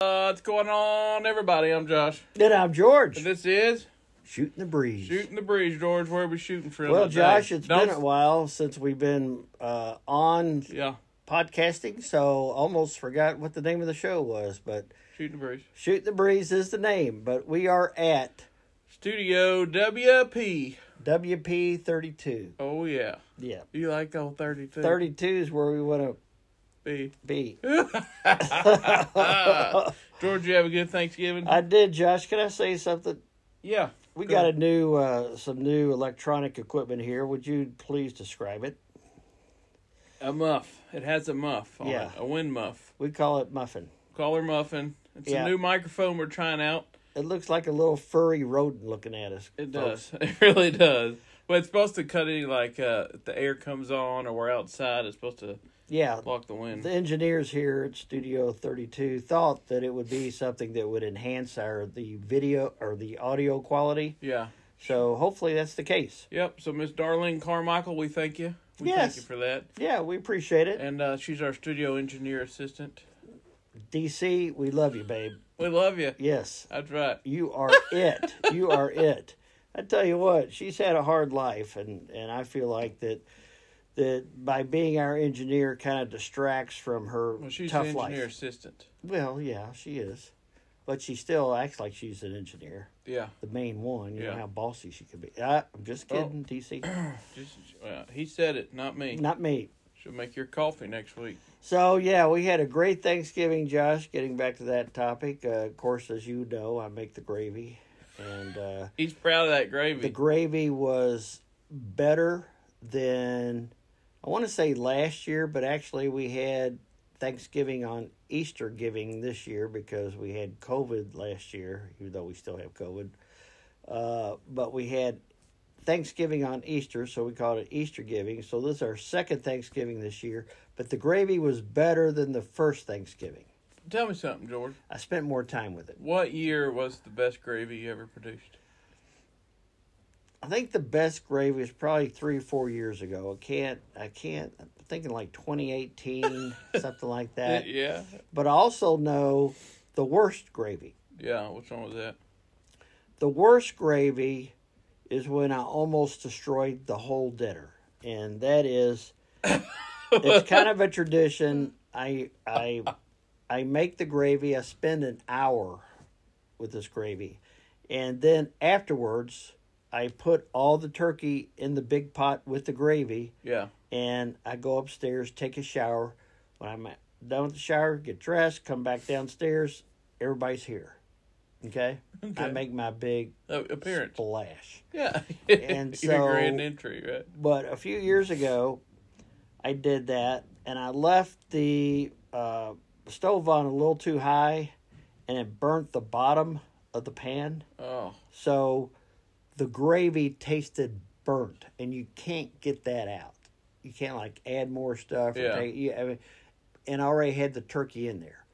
What's going on, everybody? I'm Josh. Then I'm George. This is Shooting the breeze. Shooting the Breeze, George. Where are we shooting from? well, today? Josh, it's Don't- been a while since we've been uh, on Yeah, podcasting, so almost forgot what the name of the show was. But Shooting the Breeze. Shoot the Breeze is the name. But we are at Studio WP. WP32. Oh, yeah. Yeah. You like old 32? 32 is where we want to B. be. George, you have a good Thanksgiving? I did, Josh. Can I say something? yeah. We got a new, uh, some new electronic equipment here. Would you please describe it? a muff. It has a muff on Yeah. it, a wind muff. We call it muffin. Collar muffin. It's Yeah. a new microphone we're trying out. It looks like a little furry rodent looking at us. It folks. does. It really does. But it's supposed to cut any, like, uh, if the air comes on or we're outside, it's supposed to Yeah, block the wind. the engineers here at Studio 32 thought that it would be something that would enhance our the video or the audio quality. Yeah. So hopefully that's the case. Yep. So Miss Darlene Carmichael, we thank you. We thank Yes. you for that. Yeah, we appreciate it. And uh, she's our studio engineer assistant. DC, we love you, babe. We love you. Yes, That's right. you are it. You are it. I tell you what, she's had a hard life, and and I feel like that that by being our engineer kind of distracts from her Well, she's tough an engineer life. assistant. Well, yeah, she is, but she still acts like she's an engineer. Yeah. the main one. You Yeah. know how bossy she could be. I, I'm just Oh. kidding, DC. Just well, he said it, not me. Not me. She'll make your coffee next week. So yeah, we had a great Thanksgiving, Josh. Getting back to that topic, uh, of course, as you know, I make the gravy, and uh, He's proud of that the gravy. gravy was better than I want to say last year, but actually we had Thanksgiving on Easter giving this year because we had COVID last year, even though we still have COVID. Uh, but we had Thanksgiving on Easter, so we called it Easter giving. So this is our second Thanksgiving this year, but the gravy was better than the first Thanksgiving. Tell me something, George. I spent more time with it. What year was the best gravy you ever produced? I think the best gravy was probably three or four years ago. I can't, I can't, I'm thinking like 2018, something like that. yeah. But I also know the worst gravy. Yeah. Which one was that? The worst gravy is when I almost destroyed the whole dinner. And that is, it's kind of a tradition. I, I, I make the gravy, I spend an hour with this gravy. And then afterwards, I put all the turkey in the big pot with the gravy Yeah. and I go upstairs, take a shower. When I'm done with the shower, get dressed, come back downstairs, everybody's here. Okay? I make my big Oh, appearance. splash. Yeah. And your so- grand entry, right? But a few years ago, I did that and I left the uh, stove on a little too high and it burnt the bottom of the pan. Oh. So the gravy tasted burnt, and you can't get that out. You can't like add more stuff. Or Yeah. take, you, I mean, and I already had the turkey in there,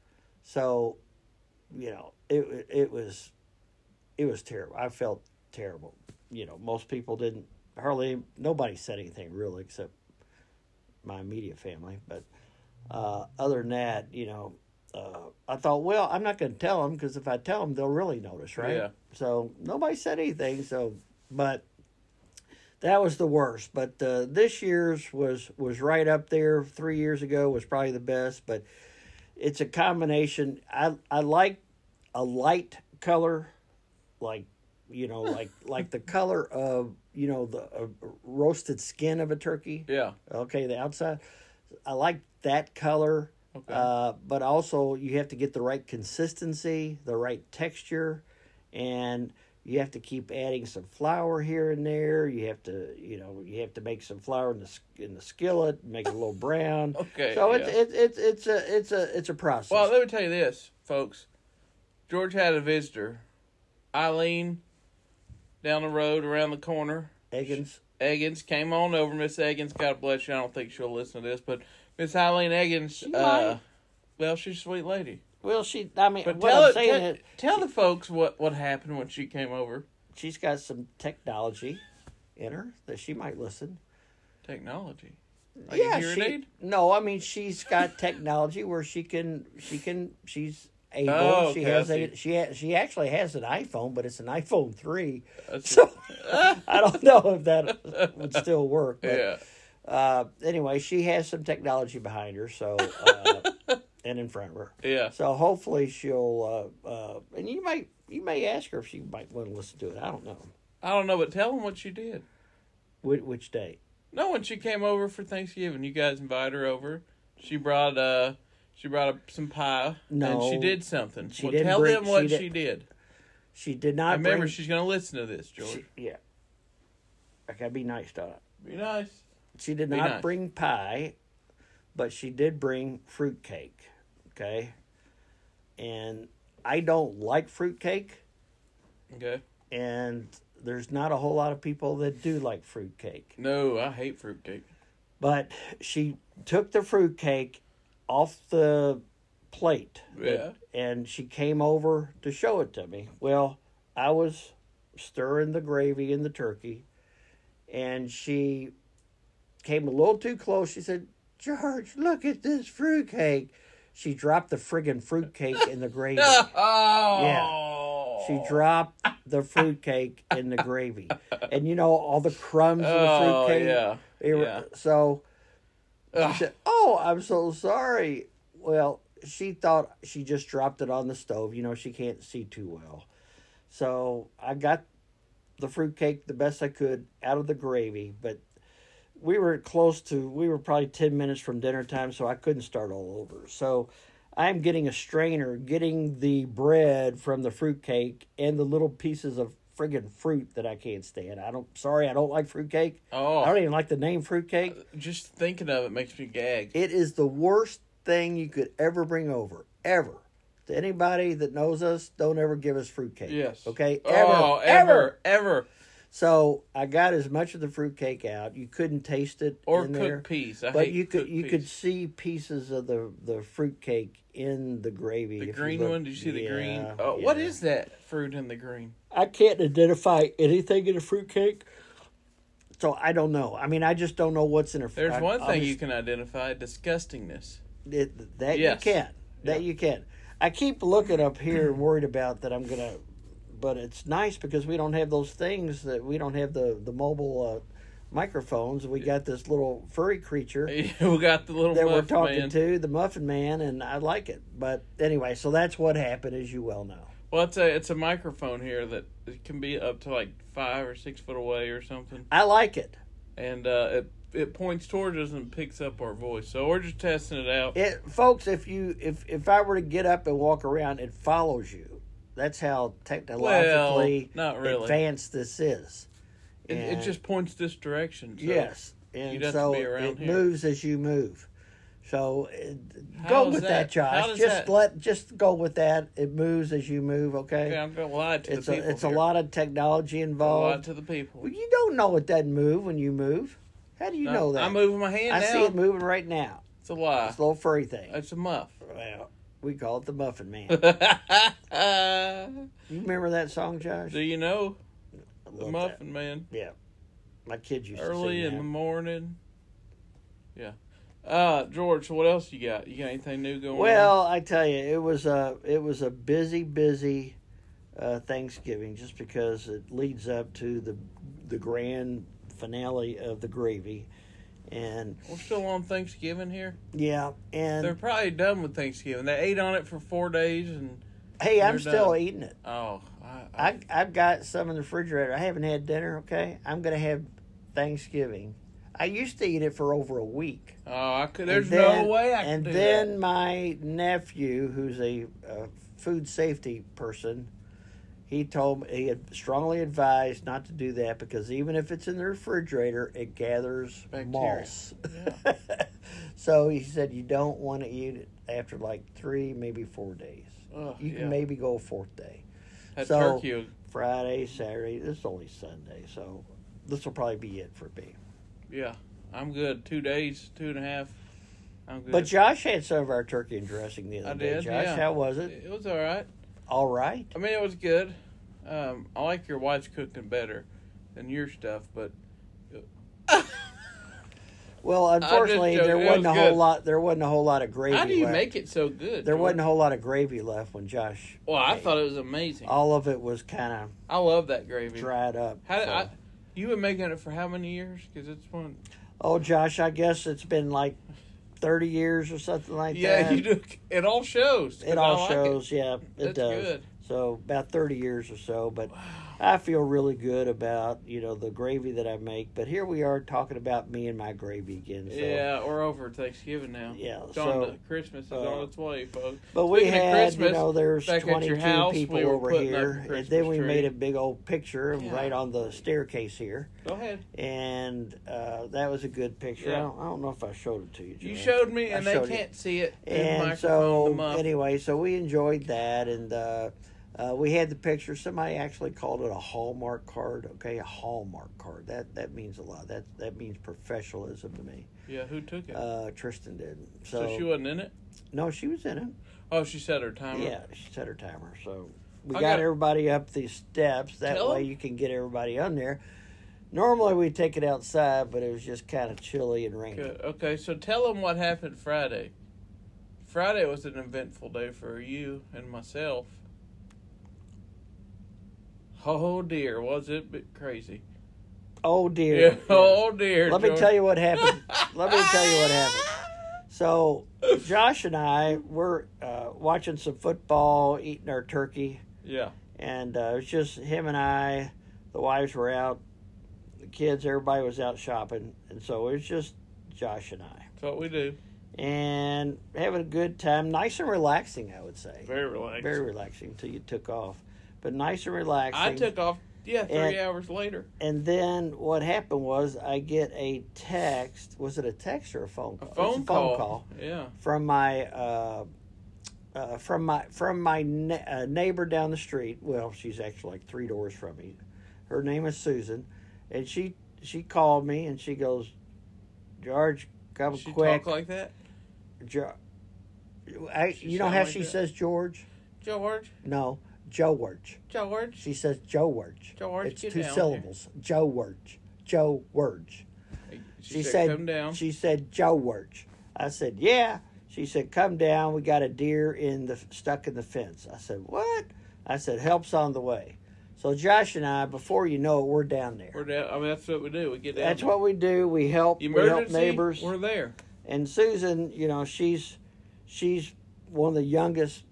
so you know it it was it was terrible. I felt terrible. You know, most people didn't hardly nobody said anything really except my immediate family, but uh, other than that, you know, uh, I thought, well, I'm not going to tell them because if I tell them, they'll really notice, right? Yeah. So nobody said anything. So, but that was the worst. But uh, this year's was was right up there. Three years ago was probably the best. But it's a combination. I I like a light color, like you know, like like the color of you know the uh, roasted skin of a turkey. Yeah. Okay, the outside. I like that color. Okay. Uh, but also, you have to get the right consistency, the right texture, and you have to keep adding some flour here and there. You have to, you know, you have to make some flour in the s- in the skillet, make it a little brown. Okay, So it's yeah. it's it's it's a it's a it's a process. Well, let me tell you this, folks. George had a visitor, Eileen, down the road around the corner. Eggins, Eggins came on over. Miss Eggins, God bless you. I don't think she'll listen to this, but Miss Eileen Eggins, uh, might. well, she's a sweet lady. well, she. I mean, But what tell I'm it, saying tell, is, tell the folks what what happened when she came over. she's got some technology in her that she might listen. Technology. Like yeah, a hearing she, aid? No, I mean she's got technology where she can she can she's able. Oh, she okay, I has see. a she ha- she actually has an iPhone, but it's an iPhone three. That's- So I don't know if that would still work. But, yeah. Uh, anyway, she has some technology behind her, so uh, and in front of her. Yeah. So hopefully she'll. Uh, uh, and you might you may ask her if she might want to listen to it. I don't know I don't know, but tell them what you did. which, which day. No, when she came over for Thanksgiving, you guys invited her over. She brought uh she brought up some pie. No. and she did something. She well, didn't tell bring- them what she she, did- did. She did I not remember bring- she's gonna listen to this, George. she- yeah. I gotta be nice to her. Be nice. She did Be not nice. bring pie, but she did bring fruitcake. Okay, and I don't like fruitcake, Okay. and there's not a whole lot of people that do like fruitcake. No, I hate fruitcake. But she took the fruitcake off the plate. Yeah. And she came over to show it to me. Well, I was stirring the gravy in the turkey, and she came a little too close. She said, George, look at this fruitcake. She dropped the friggin' fruitcake in the gravy. Oh. She dropped the fruitcake in the gravy. And you know, all the crumbs in the Oh, fruitcake. yeah. They were- Yeah. So Ugh. she said, Oh, I'm so sorry. Well, she thought she just dropped it on the stove. You know, she can't see too well. So I got the fruitcake the best I could out of the gravy, but we were close to, we were probably 10 minutes from dinner time, so I couldn't start all over. So I'm getting a strainer, getting the bread from the fruitcake and the little pieces of friggin' fruit that I can't stand. I don't, sorry, I don't like fruitcake. Oh. I don't even like the name fruitcake. Just thinking of it makes me gag. It is the worst thing you could ever bring over, ever. To anybody that knows us, don't ever give us fruitcake. Yes. Okay. Ever, Oh, ever. ever, ever. So I got as much of the fruitcake out. You couldn't taste it Or in cooked there, peas. I but hate you could cooked you peas. could see pieces of the the fruitcake in the gravy. The if you green look. one. Did you see the green? Yeah, Oh, what yeah. is that fruit in the green? I can't identify anything in a fruitcake. So I don't know. I mean, I just don't know what's in a. There's I- one thing obviously- you can identify: disgustingness. It, that Yes. you can. That you can. I keep looking up here and worried about that I'm gonna, but it's nice because we don't have those things that we don't have the the mobile uh, microphones. We got this little furry creature we got the little that we're muff talking man. to, the Muffin Man, and I like it. But anyway, so that's what happened, as you well know. Well, it's a it's a microphone here that it can be up to like five or six foot away or something, I like it. and uh, it it points towards us and picks up our voice. So we're just testing it out. It, folks, if you if if I were to get up and walk around, it follows you. That's how technologically not really. advanced this is. It, it And- just points this direction. So yes, and you'd have to so be around it here. moves as you move. So uh, How go is with that, that? Josh. How does Just that- let just go with that. It moves as you move. Okay, Okay, I'm gonna lie to it's the a people. it's a here. lot of technology A lot involved. to the people. Well, you don't know it doesn't move when you move. How do you No, know that? I'm moving my hand I now. Uh, see it moving right now. It's a lie. It's a little furry thing. It's a muff. Well, we call it the Muffin Man. Do you remember that song, Josh? you know I the love that. muffin man? Yeah, my kids used Early in to sing the that. morning. Yeah. Uh, George, what else you got? You got anything new going on? Well, I tell you, it was a it was a busy, busy uh, Thanksgiving just because it leads up to the the grand finale of the gravy, and We're still on Thanksgiving here. yeah, and They're probably done with Thanksgiving. They ate on it for four days and hey, I'm they're still done. eating it. oh, I, I, I I've got some in the refrigerator. I haven't had dinner. Okay, I'm gonna have Thanksgiving. I used to eat it for over a week. oh, I could. There's And then- no way I And can do then my nephew, who's a, uh food safety person, he told me he had strongly advised not to do that because even if it's in the refrigerator, it gathers Bacteria. moss. that. so he said you don't want to eat it after like three, maybe four days. Yeah. Ugh, You yeah. can maybe go a fourth day. That so- turkey. Friday, Saturday. This is only Sunday, so this will probably be it for me. Yeah, I'm good. Two days, two and a half. I'm good. But Josh had some of our turkey and dressing the other I day. did, Josh, yeah. how was it? it was all right. All right. I mean, it was good. Um, I like your wife's cooking better than your stuff, but Well, unfortunately, there joking. It wasn't a was whole good. lot. There wasn't a whole lot of gravy. How do you left. make it so good? There George? wasn't a whole lot of gravy left when Josh. Well, I made. thought it was amazing. all of it was kind I love that of gravy. dried up. How did so- I? You been making it for how many years? Because it's one. Oh, Josh, I guess it's been like thirty years or something like yeah, that. you do. It all shows. 'cause It I all like shows, yeah, it That's does. good. So about thirty years or so, but I feel really good about you know the gravy that I make. But here we are talking about me and my gravy again. So. yeah, we're over Thanksgiving now. Yeah, It's on so the- Christmas is uh, on its way, folks. But we Speaking of had, you Christmas, know, there's back at your 22 house, we people were over putting up here, the and then we Christmas made tree. a big old picture Yeah. right on the staircase here, Go ahead. and uh, that was a good picture. Yeah. I, don't, I don't know if I showed it to you. You Joanne. showed me, I and they showed you. can't see it. in the And microphone, the so, muff. anyway, so we enjoyed that, and uh, uh, we had the picture. Somebody actually called it a hallmark card. Okay, a hallmark card. That that means a lot. That that means professionalism to me. yeah, who took it? Uh, Tristan did. So, so, she wasn't in it. no, she was in it. Oh, she set her timer. Yeah, she set her timer. So we I got, got- everybody up these steps. That Tell way 'em. you can get everybody on there. Normally we take it outside, but it was just kind of chilly and rainy. Good. Okay, so tell them what happened Friday. Friday was an eventful day for you and myself. Oh dear, was it bit crazy? Oh dear. Yeah. Oh dear. Let me tell you what happened. Let me tell you what happened. So Josh and I were uh, watching some football, eating our turkey, Yeah. and uh, it was just him and I. The wives were out, the kids, everybody was out shopping, and so it was just Josh and I. That's what we do. and having a good time. Nice and relaxing, I would say. Very relaxed. Very relaxing until you took off, but nice and relaxing. I took off yeah, three And- hours later. And then what happened was I get a text. Was it a text or a phone A call? It's phone, a phone call. call Yeah. from my. Uh, uh, from my from my ne- uh, neighbor down the street. Well, she's actually like three doors from me. Her name is Susan, and she she called me and she goes, George, come she quick. talk like that? Jo- I, She you know sound how like she that? says George? George? No, George. George? She says George. George, it's get two down syllables. George. George. She, said, come down. She said George. I said yeah. She said come down. We got a deer in the stuck in the fence. I said what? I said help's on the way. So Josh and I, before you know it, we're down there. We're down. I mean, that's what we do. We get down. That's what we do. We help. We help Emergency, neighbors. We're there. and Susan, you know, she's she's one of the youngest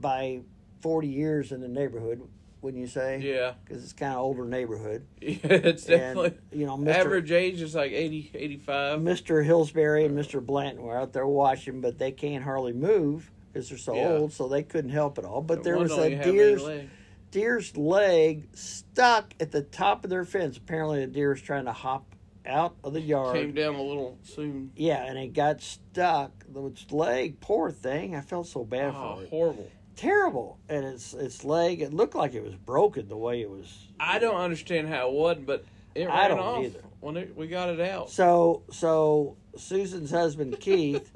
by forty years in the neighborhood, wouldn't you say? Yeah. because it's kind of older neighborhood. Yeah, it's definitely. And you know, Mr. Average age is like 80, 85. Mr. Hillsbury and Mr. Blanton were out there watching, but they can't hardly move because they're so Yeah. old, so they couldn't help at all. But there One was don't a even have any deer's leg. deer's leg stuck at the top of their fence. Apparently, the deer was trying to hop out of the yard. came down a little soon. Yeah, and it got stuck. Its leg, poor thing. I felt so bad Oh, for it. horrible! Terrible. And its its leg, it looked like it was broken the way it was. I don't understand how it wasn't, but it ran I don't off either. when it, we got it out. So so Susan's husband Keith,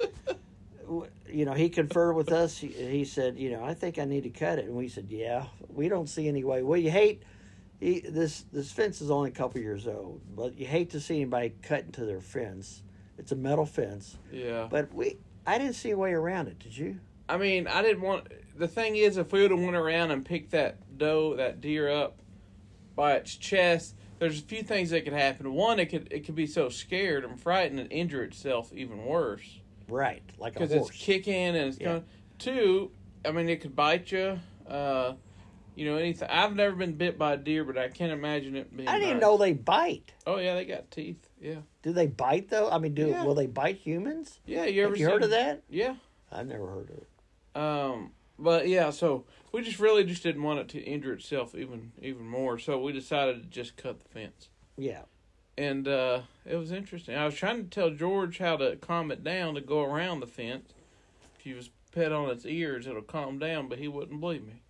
w- you know, he conferred with us. He, he said, you know, I think I need to cut it, and we said, yeah, we don't see any way. Well, you hate. He, this this fence is only a couple years old, but you hate to see anybody cut into their fence. It's a metal fence, Yeah, but we I didn't see a way around it. Did you? I mean, I didn't want. The thing is, if we would have went around and picked that doe, that deer up by its chest, there's a few things that could happen. One, it could it could be so scared and frightened and injure itself even worse Right, like a because it's horse. kicking and it's Yeah. going. Two, I mean, it could bite you. Uh, you know anything? I've never been bit by a deer, but I can't imagine it being. I didn't bites. know they bite. Oh yeah, they got teeth. Yeah, Do they bite though? I mean, do Yeah. will they bite humans? yeah. You ever Have you heard seen- of that? Yeah. I've never heard of it. Um. But yeah, so we just really just didn't want it to injure itself even even more, so we decided to just cut the fence. Yeah, And uh, it was interesting. I was trying to tell George how to calm it down to go around the fence. If you was pet on its ears, it'll calm down, but he wouldn't believe me.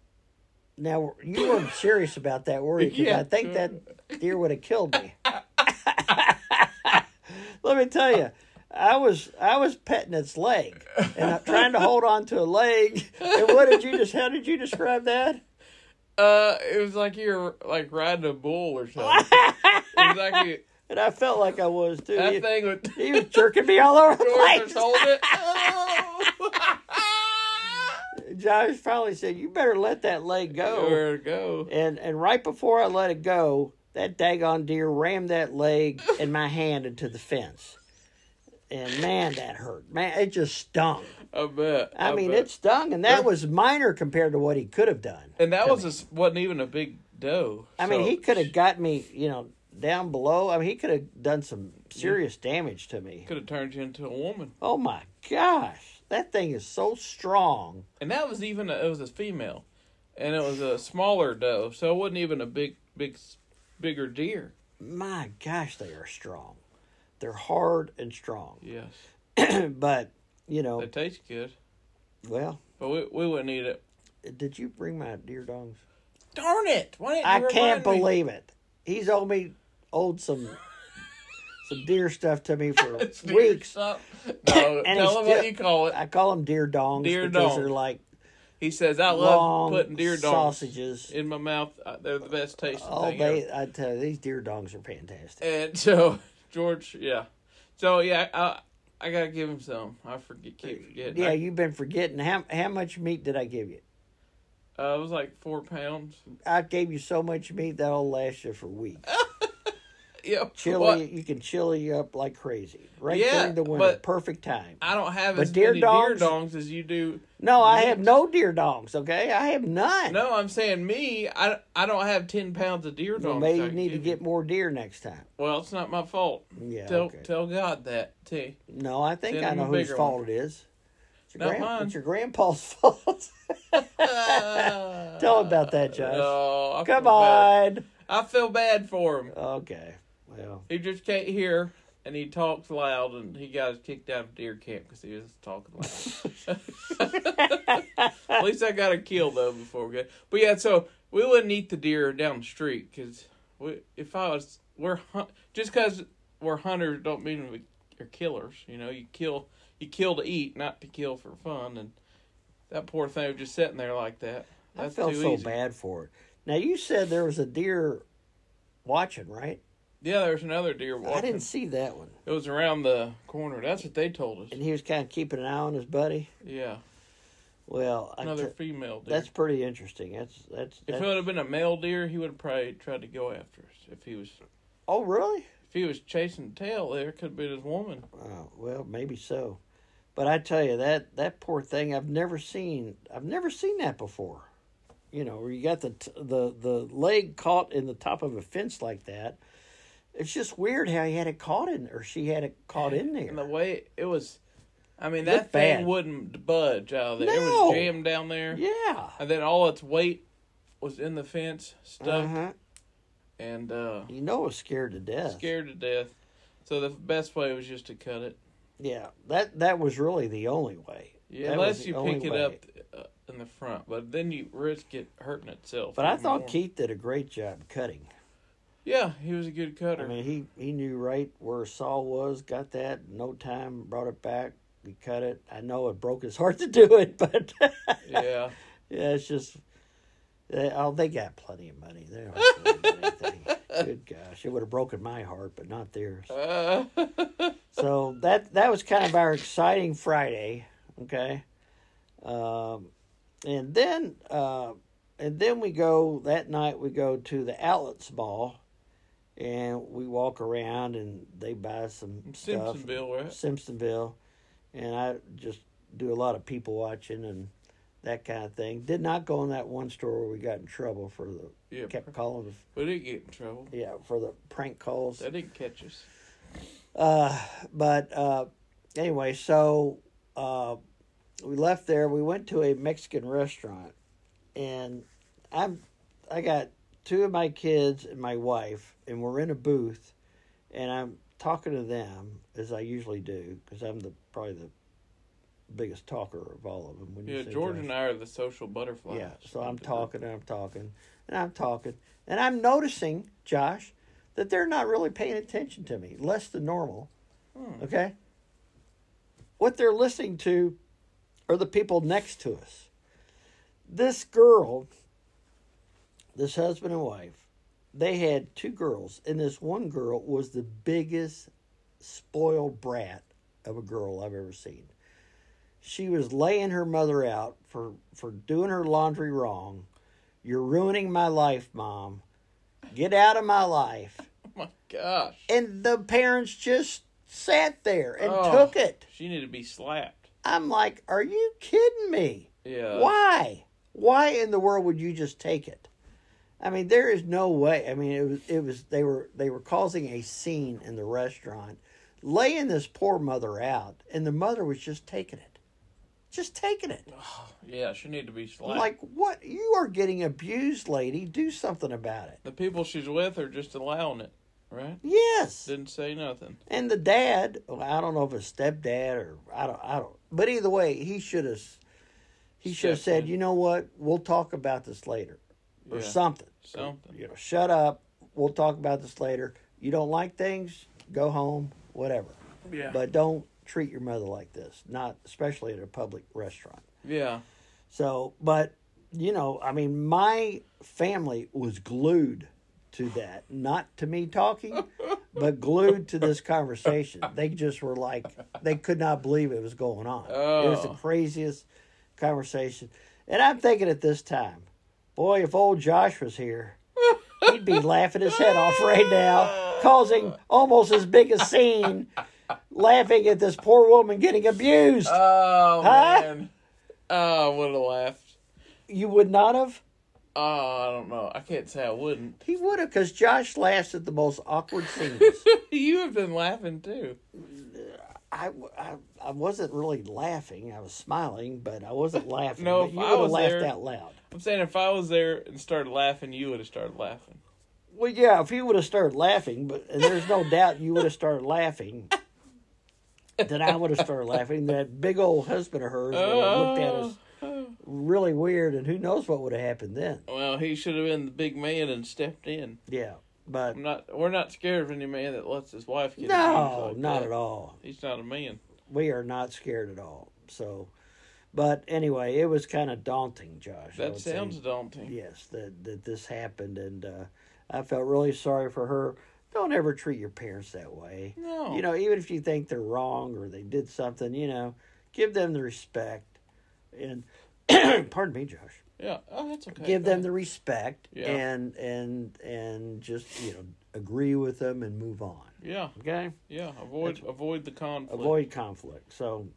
Now you were serious about that, were you? 'Cause Yeah. I think that deer would have killed me. Let me tell you, I was I was petting its leg and I'm trying to hold on to a leg. And what did you just? How did you describe that? Uh, it was like you're like riding a bull or something. it was like you, and I felt like I was too. That He- thing would he was jerking me all over George the just place. hold it. Oh. Josh finally said, "You better let that leg go." Where to go? And and right before I let it go, that daggone deer rammed that leg and my hand into the fence. And man, that hurt. Man, it just stung. I bet. I, mean, bet. it stung, and that was minor compared to what he could have done. and that to was a, s- wasn't even a big doe. I mean, so- he could have got me, you know, down below. I mean, he could have done some serious damage to me. could have turned you into a woman. Oh my gosh, that thing is so strong. And that was even a, it was a female, and it was a smaller doe, so it wasn't even a big big s- bigger deer. My gosh, they are strong. They're hard and strong. Yes, but, you know, they taste good, well, but we we wouldn't eat it. did you bring my deer dongs? Darn it! Why didn't you I can't remind me? believe it. He's owed me owed some some deer stuff to me for Deer weeks. stop. No, And tell he him still- what you call it. I call them deer dongs Deer because dongs. they're like He says, "I love long putting deer dongs sausages. in my mouth. Uh, They're the best tasting Oh, thing." they! I tell you, these deer dongs are fantastic. ever. And so George, yeah, so yeah, I I gotta give him some. I forget, keep forgetting. Yeah, you've been forgetting how how much meat did I give you? I, uh, it was like four pounds. I gave you so much meat that'll last you for weeks. Yep. Chili, Oh, What? you can chili you up like crazy right Yeah, during the winter, but- perfect time. I don't have But as deer many dongs- deer dongs as you do. no, I have no deer dongs. Okay, I have none. No, I'm saying me. I, I don't have ten pounds of deer dongs. Well, I maybe you can need to give get you. more deer next time. Well, it's not my fault. Yeah. tell okay. tell God that too. no, I think send I him know a whose bigger fault it is. It's your, Not grand- mine. it's your grandpa's fault. Ah. Tell him about that, Josh. Oh, I Come feel bad. on. I feel bad for him. Okay. Well, He just can't hear, and he talks loud, and he got kicked out of deer camp because he was talking loud. At least I got a kill though before we get. But yeah, so we wouldn't eat the deer down the street because we, if I was, we're hun- just because we're hunters don't mean we are killers. You know, you kill, you kill to eat, not to kill for fun. And that poor thing was just sitting there like that. I That's felt too so easy. bad for it. Now you said there was a deer watching, right? Yeah, there was another deer I walking. didn't see that one. It was around the corner. That's what they told us. And he was kind of keeping an eye on his buddy. Yeah. Well, I another t- female deer. that's pretty interesting. That's that's. if that's it would have been a male deer, he would have probably tried to go after us. If he was oh, really? if he was chasing tail, there could have been his woman. Oh, well, maybe so. But I tell you that that poor thing, I've never seen. I've never seen that before. You know, where you got the t- the the leg caught in the top of a fence like that. It's just weird how he had it caught in, or she had it caught in there. And the way it was, I mean, It that looked thing bad. wouldn't budge out of there. It No. was jammed down there, yeah. and then all its weight was in the fence stuck, Uh-huh. and uh, You know, it was scared to death. scared to death. So the best way was just to cut it, Yeah, that that was really the only way. yeah, That was unless the you only pick it way. up uh, in the front. But then you risk it hurting itself. But I even thought more. Keith did a great job cutting. yeah, he was a good cutter. I mean, he, he knew right where Saul was, got that, in no time, brought it back. We cut it. I know it broke his heart to do it, but yeah. yeah, it's just, they, oh, they got plenty of money. They don't have to worry about anything. Good gosh, it would have broken my heart, but not theirs. Uh, So that that was kind of our exciting Friday, okay. Um, and then uh, and then we go that night. We go to the outlets mall, and we walk around, and they buy some stuff. Simpsonville, right? Simpsonville, and I just do a lot of people watching and that kind of thing. Did not go in that one store where we got in trouble for the Yeah. kept calling We didn't get in trouble. the yeah for the prank calls. They didn't catch us. Uh, but uh, anyway, so uh, we left there. We went to a Mexican restaurant, and I'm I got two of my kids and my wife, and we're in a booth, and I'm talking to them as I usually do because I'm the probably the biggest talker of all of them. When Yeah, say George Josh. and I are the social butterflies. Yeah, so I'm talking and I'm talking and I'm talking and I'm noticing, Josh, that they're not really paying attention to me, less than normal. Hmm. Okay? What they're listening to are the people next to us. This girl, this husband and wife, they had two girls, and this one girl was the biggest spoiled brat of a girl I've ever seen. She was laying her mother out for, for doing her laundry wrong. You're ruining my life, mom. Get out of my life. Oh my gosh. And the parents just sat there and Oh. took it. She needed to be slapped. I'm like, are you kidding me? Yeah. Why? Why in the world would you just take it? I mean, there is no way. I mean, it was it was they were they were causing a scene in the restaurant, laying this poor mother out, and the mother was just taking it, just taking it. Yeah, she needed to be I'm slapped. like, what? You are getting abused, lady. Do something about it. the people she's with are just allowing it, right? Yes. Didn't say nothing. And the dad, well, I don't know if it's stepdad or I don't, I don't. But either way, he should have, he should have Stepped said, in. you know what? We'll talk about this later, or Yeah. something. Something. You know, shut up. We'll talk about this later. You don't like things, go home, whatever. Yeah. But don't treat your mother like this. Not especially at a public restaurant. yeah. So, but you know, I mean, my family was glued to that, not to me talking, but glued to this conversation. They just were like, they could not believe it was going on. It was the Oh. craziest conversation. And I'm thinking at this time, boy, if old Josh was here, he'd be laughing his head off right now, causing almost as big a scene, laughing at this poor woman getting abused. Oh Huh? man. Oh, I would have laughed. You would not have? Oh, I don't know. I can't say I wouldn't. He would have, because Josh laughs at the most awkward scenes. you have been laughing too. I, I, I wasn't really laughing. I was smiling, but I wasn't laughing. No, But if you I would have was laughed there- out loud. I'm saying if I was there and started laughing, you would have started laughing. Well, yeah, if you would have started laughing, but and there's no doubt you would have started laughing, then I would have started laughing. That big old husband of hers would have looked at us Oh. really weird, and who knows what would have happened then. Well, he should have been the big man and stepped in. Yeah, but I'm not. We're not scared of any man that lets his wife get abused no, like not that. at all. He's not a man. we are not scared at all. So, but anyway, it was kind of daunting, Josh. I That would say. sounds daunting. yes that that this happened, and uh, I felt really sorry for her. Don't ever treat your parents that way. No. You know, even if you think they're wrong or they did something, you know, give them the respect, and pardon me, Josh Yeah. Oh, that's okay. give Go them ahead. the respect Yeah. and and and just you know agree with them and move on. Yeah. Okay, Yeah. Avoid avoid the conflict, avoid conflict. So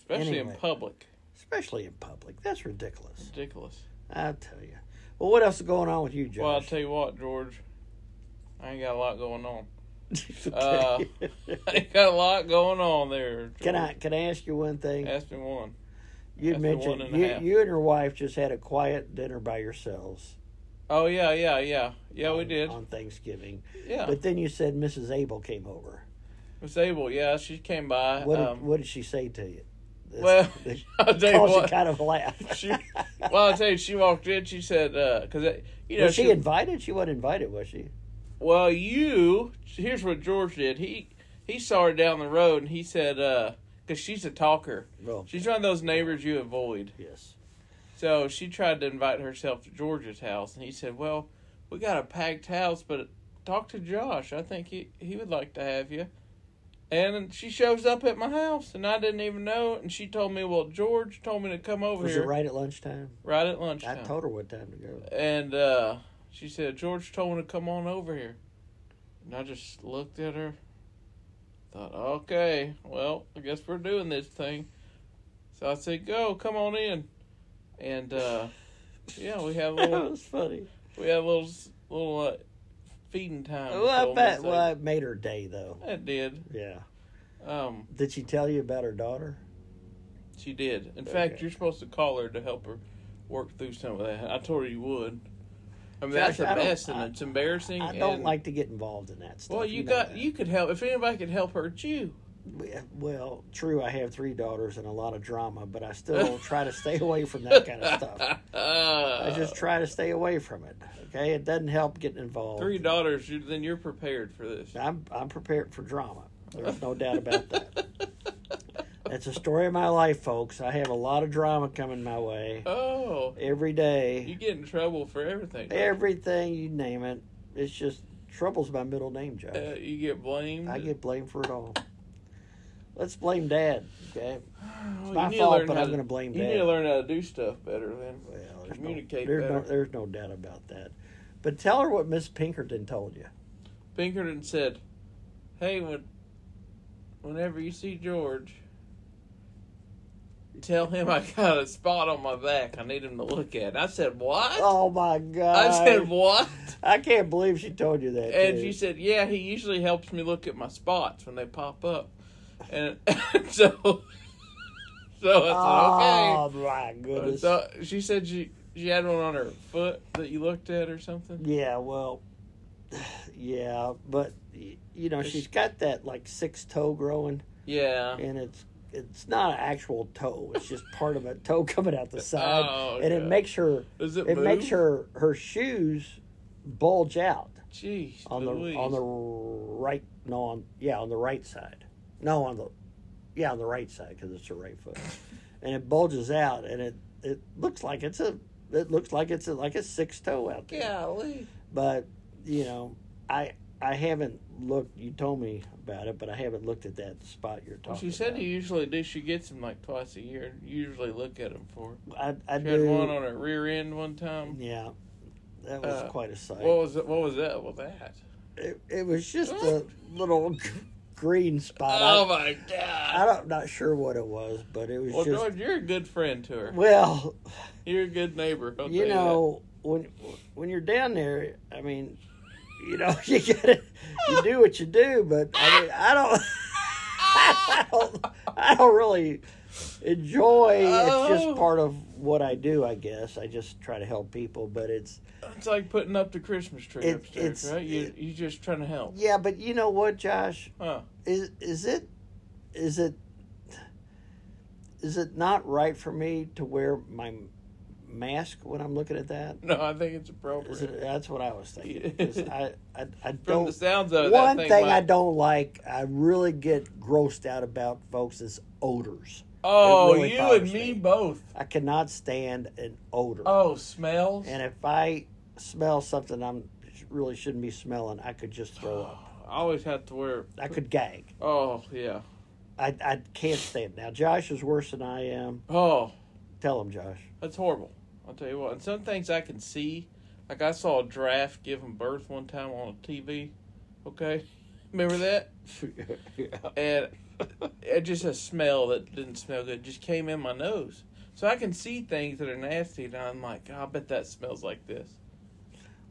especially in anyway. public. especially in public, that's ridiculous. Ridiculous. I tell you. Well, what else is going on with you, Josh? Well, I'll tell you what, George. I ain't got a lot going on. Okay. I ain't got a lot going on there. George. can I can I ask you one thing? Ask me one. You that's the one mentioned and a you, half. you and your wife just had a quiet dinner by yourselves. Oh yeah, yeah, yeah, yeah. We on- did. on Thanksgiving, Yeah, but then you said Mrs. Abel came over. Miss Abel. Yeah, she came by. What did, um, what did she say to you? That's- well, that I'll tell you caused you what. kind of a laugh. She, well, I'll tell you. She walked in. She said, "Because you know, was she, invited? She wasn't invited, was she? Well, you here's what George did. He he saw her down the road, and he said, because she's a talker. Well, She's one of those neighbors you avoid. yes. So she tried to invite herself to George's house, and he said, "Well, we got a packed house, but talk to Josh. I think he he would like to have you." And she shows up at my house, and I didn't even know. it, And she told me, "Well, George told me to come over Was here it right at lunchtime? right at I lunchtime." told her what time to go. and uh, she said, "George told me to come on over here." And I just looked at her, thought, "Okay, well, I guess we're doing this thing." So I said, "Go, come on in," and uh, yeah, we had a that little, was funny. we had a little, s- little uh, feeding time. Well, I So bet. we'll Well, it made her day though. say- That did. Yeah. Um, Did she tell you about her daughter? she did. In fact, Okay. you're supposed to call her to help her work through some of that. I told her you would. I mean, that's Josh, the I don't- best, and I- it's embarrassing. I don't and- like to get involved in that stuff. Well, you know got that. you could help if anybody could help her, it's you. Well, true. I have three daughters and a lot of drama, but I still try to stay away from that kind of stuff. I just Uh, try to stay away from it. Okay, it doesn't help getting involved. three daughters. You, then you're prepared for this. I'm I'm prepared for drama. There's no doubt about that. That's a story of my life, folks. I have a lot of drama coming my way Oh, every you day. get in trouble for everything. Everything you name it, it's just trouble's my middle name, Josh. Uh, you get blamed. I get blamed for it all. Let's blame Dad. Okay. Well, Oh, you my need to fault, learn but how I'm to- gonna blame You Dad. need to learn how to do stuff better, then. Well, there's Communicate No, there's, no, better. there's no doubt about that. But tell her what Miss Pinkerton told you. Pinkerton said, "Hey, when, whenever you see George, tell him I got a spot on my back. I need him to look at." I said, "What?" Oh my God! I said, "What?" I can't believe she told you that. And too. she said, "Yeah, he usually helps me look at my spots when they pop up." And so, so I said, "Oh my "Okay." uh, goodness." So she said she she had one on her foot that you looked at or something. yeah, well, yeah, but y- you know It's- she's got that like six toe growing, Yeah. and it's it's not an actual toe; it's just part of a toe coming out the side, Oh, and it okay. makes her Does it? it move? makes her her shoes bulge out. Jeez, on the Louise. on the right no on yeah on the right side no on the yeah on the right side because it's the right foot and it bulges out and it it looks like it's a it looks like it's a, like a six toe out there Golly. but you know I I haven't looked you told me about it but I haven't looked at that spot you're talking Well, she said about. you usually do. She gets them like twice a year. You usually look at them for. it. I I She had one do on her rear end one time. yeah that was Uh, quite a sight What was it? What was that? Well, that. it, it was just a little green spot I- Mm. Oh my I god. don't, not sure what it was, but it was Well, just George, you're a good friend to her. well, You're a good neighbor. I'll you tell know when when you're down there. I mean, you know, you gotta you do what you do, but I mean, I don't. I don't, I don't really enjoy. It's Oh. just part of what I do, I guess. I just try to help people, but it's that. It's like putting up the Christmas tree It- upstairs, it's- right? You it- you just trying to help. yeah. But you know what, Josh Huh. is is it is it is it not right for me to wear my mask when I'm looking at that? No, I think it's Is appropriate. it, that's what I was thinking. 'cause I, I, I From the don't. sounds of it, One that thing, thing I don't like, I really get grossed out about, folks, is odors. Oh, really you and bothers me me. both. I cannot stand an odor. Oh, smells. And if I smell something I'm really shouldn't be smelling, I could just I throw up. always have to wear. I could gag. Oh yeah. I, I can't stand it. Now, Josh is worse than I am. Oh. Tell him, Josh. That's horrible. I'll tell you what. And some things I can see, like I saw a giraffe giving birth one time on TV. Okay, remember that? And it just a smell that didn't smell good just came in my nose. So I can see things that are nasty, and I'm like, I bet that smells like this.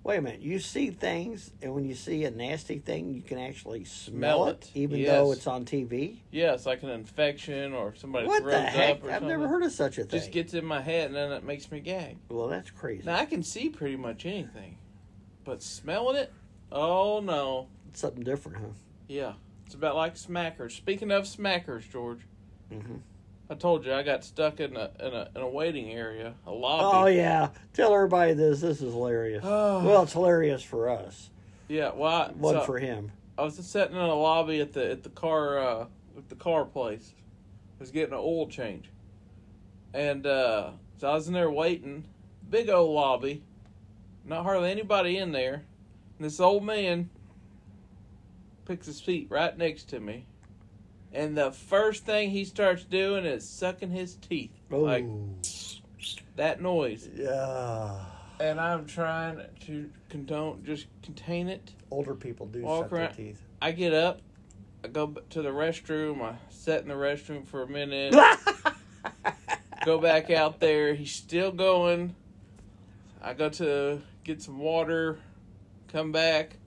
Wait a minute. You see things, and when you see a nasty thing, you can actually smell, Smell it, it. even though Yes. it's on TV. Yeah, it's like an infection or somebody What throws the up heck? or I've something. never heard of such a thing. just gets in my head, and then it makes me gag. well, that's crazy. Now I can see pretty much anything, but smelling it, oh no. It's something different, huh? Yeah, it's about like smackers. Speaking of smackers, George, hmm I told you I got stuck in a in a in a waiting area, a Oh lobby. yeah, tell everybody this. This is hilarious. Oh. well, it's hilarious for us. yeah. Well, I, One Uh, so for him. I was sitting in a lobby at the at the car uh, at the car place. I was getting an oil change, and uh, so I was in there waiting. Big old lobby, not hardly anybody in there. And this old man picks his feet right next to me, and the first thing he starts doing is sucking his teeth. Oh, Like that noise. yeah. And I'm trying to condone, just contain it. Older people do Walk suck their around- teeth. I get up, I go b- to the restroom, I sat in the restroom for a minute, Oh, go back out there. He's still going. I go to get some water, come back,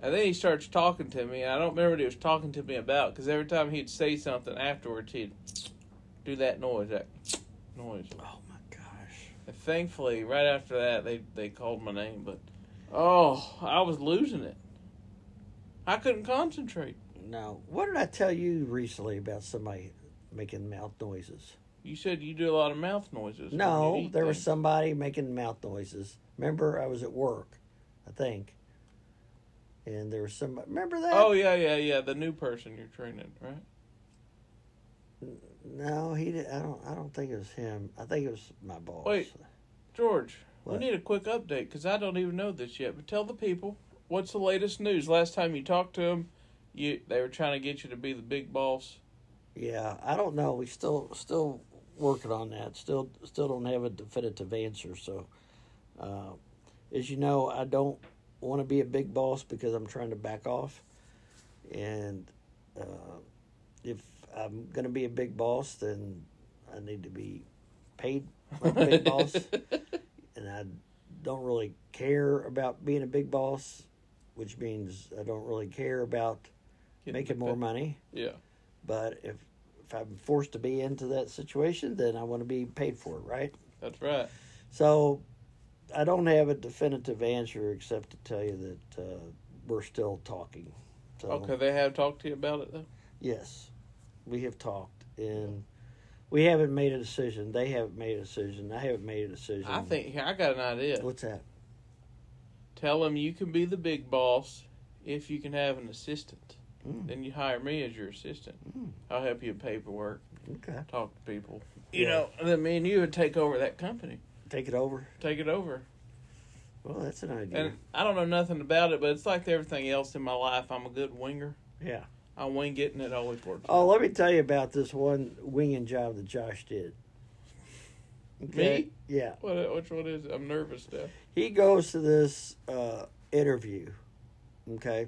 and then he starts talking to me. And I don't remember what he was talking to me about because every time he'd say something afterwards, he'd do that noise, that noise. oh my gosh. And thankfully, right after that, they they called my name, but oh, I was losing it. I couldn't concentrate. No, what did I tell you recently about somebody making mouth noises? You said you do a lot of mouth noises. when you No, eat there was things. somebody making mouth noises. Remember, I was at work, I think, and there was some. Remember that? Oh yeah, yeah, yeah. The new person you're training, right? No, he. Did, I don't. I don't think it was him. I think it was my boss. Wait. George, What? we need a quick update because I don't even know this yet. But tell the people what's the latest news? Last time you talked to them, you they were trying to get you to be the big boss. Yeah, I don't know. We still still working on that. Still still don't have a definitive answer. So, uh, as you know, I don't want to be a big boss because I'm trying to back off. And uh, if I'm going to be a big boss, then I need to be paid like a big boss. And I don't really care about being a big boss, which means I don't really care about Getting making picked more up. money. Yeah. But if if I'm forced to be into that situation, then I want to be paid for it, right? That's right. So I don't have a definitive answer except to tell you that uh, we're still talking. So, Okay, they have talked to you about it though. Yes, we have talked, and we haven't made a decision. They haven't made a decision. I haven't made a decision. I think here, I got an idea. What's that? Tell them you can be the big boss if you can have an assistant. Mm, Then you hire me as your assistant. Mm. I'll help you with paperwork, okay, talk to people. You Yeah. know, and then me and you would take over that company, take it over. take it over. Well, that's an idea. And I don't know nothing about it, but it's like everything else in my life. I'm a good winger. yeah. I wing it, and it always works. Oh, let me tell you about this one winging job that Josh did. Me? Yeah. What, which one is it? I'm nervous now. he goes to this uh, interview, okay,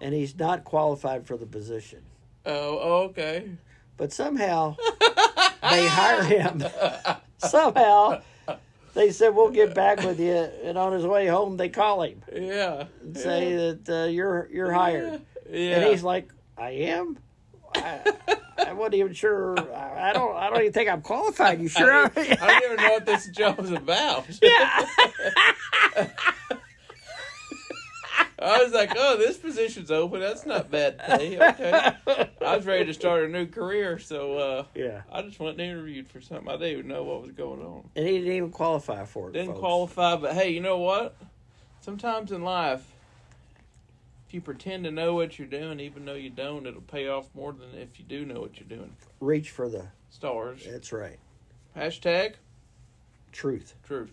and he's not qualified for the position, Oh, oh, okay. but somehow they hire him. somehow they said we'll get back with you, and on his way home they call him Yeah. and say yeah. that uh, you're you're hired, Yeah. and he's like, I am. I, I wasn't even sure. I, I don't. I don't even think I'm qualified. You sure? I are? don't, I don't even know what this job's about. yeah. I was like, oh, this position's open. That's not bad pay. Okay. I was ready to start a new career, so uh, Yeah. I just went and interviewed for something. I didn't even know what was going on. And he didn't even qualify for it. Didn't folks. qualify, but hey, you know what? Sometimes in life, if you pretend to know what you're doing, even though you don't, it'll pay off more than if you do know what you're doing. Reach for the. Stars. That's right. Hashtag Truth. truth.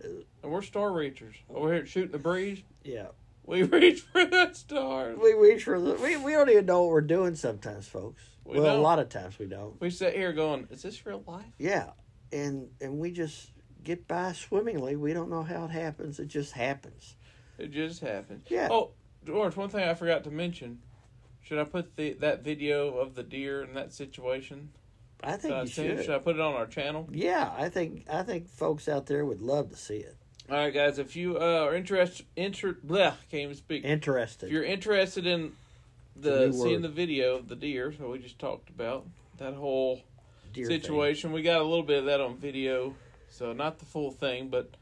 And we're star reachers. Over here at shooting the breeze, Yeah. we reach for that star. We reach for the. We, we don't even know what we're doing sometimes, folks. We well, a don't. lot of times we don't. We sit here going, is this real life? Yeah. And and we just get by swimmingly. We don't know how it happens. It just happens. It just happened. Yeah. Oh, George, one thing I forgot to mention. Should I put the that video of the deer in that situation? I think that I you sent? should. should I put it on our channel? Yeah, I think I think folks out there would love to see it. All right, guys. If you uh, are interested, inter- bleh, can't even speak. If Interested. you're interested in It's a the new seeing word. the video of the deer that we just talked about, that whole dear thing. situation, we got a little bit of that on video. So not the full thing, but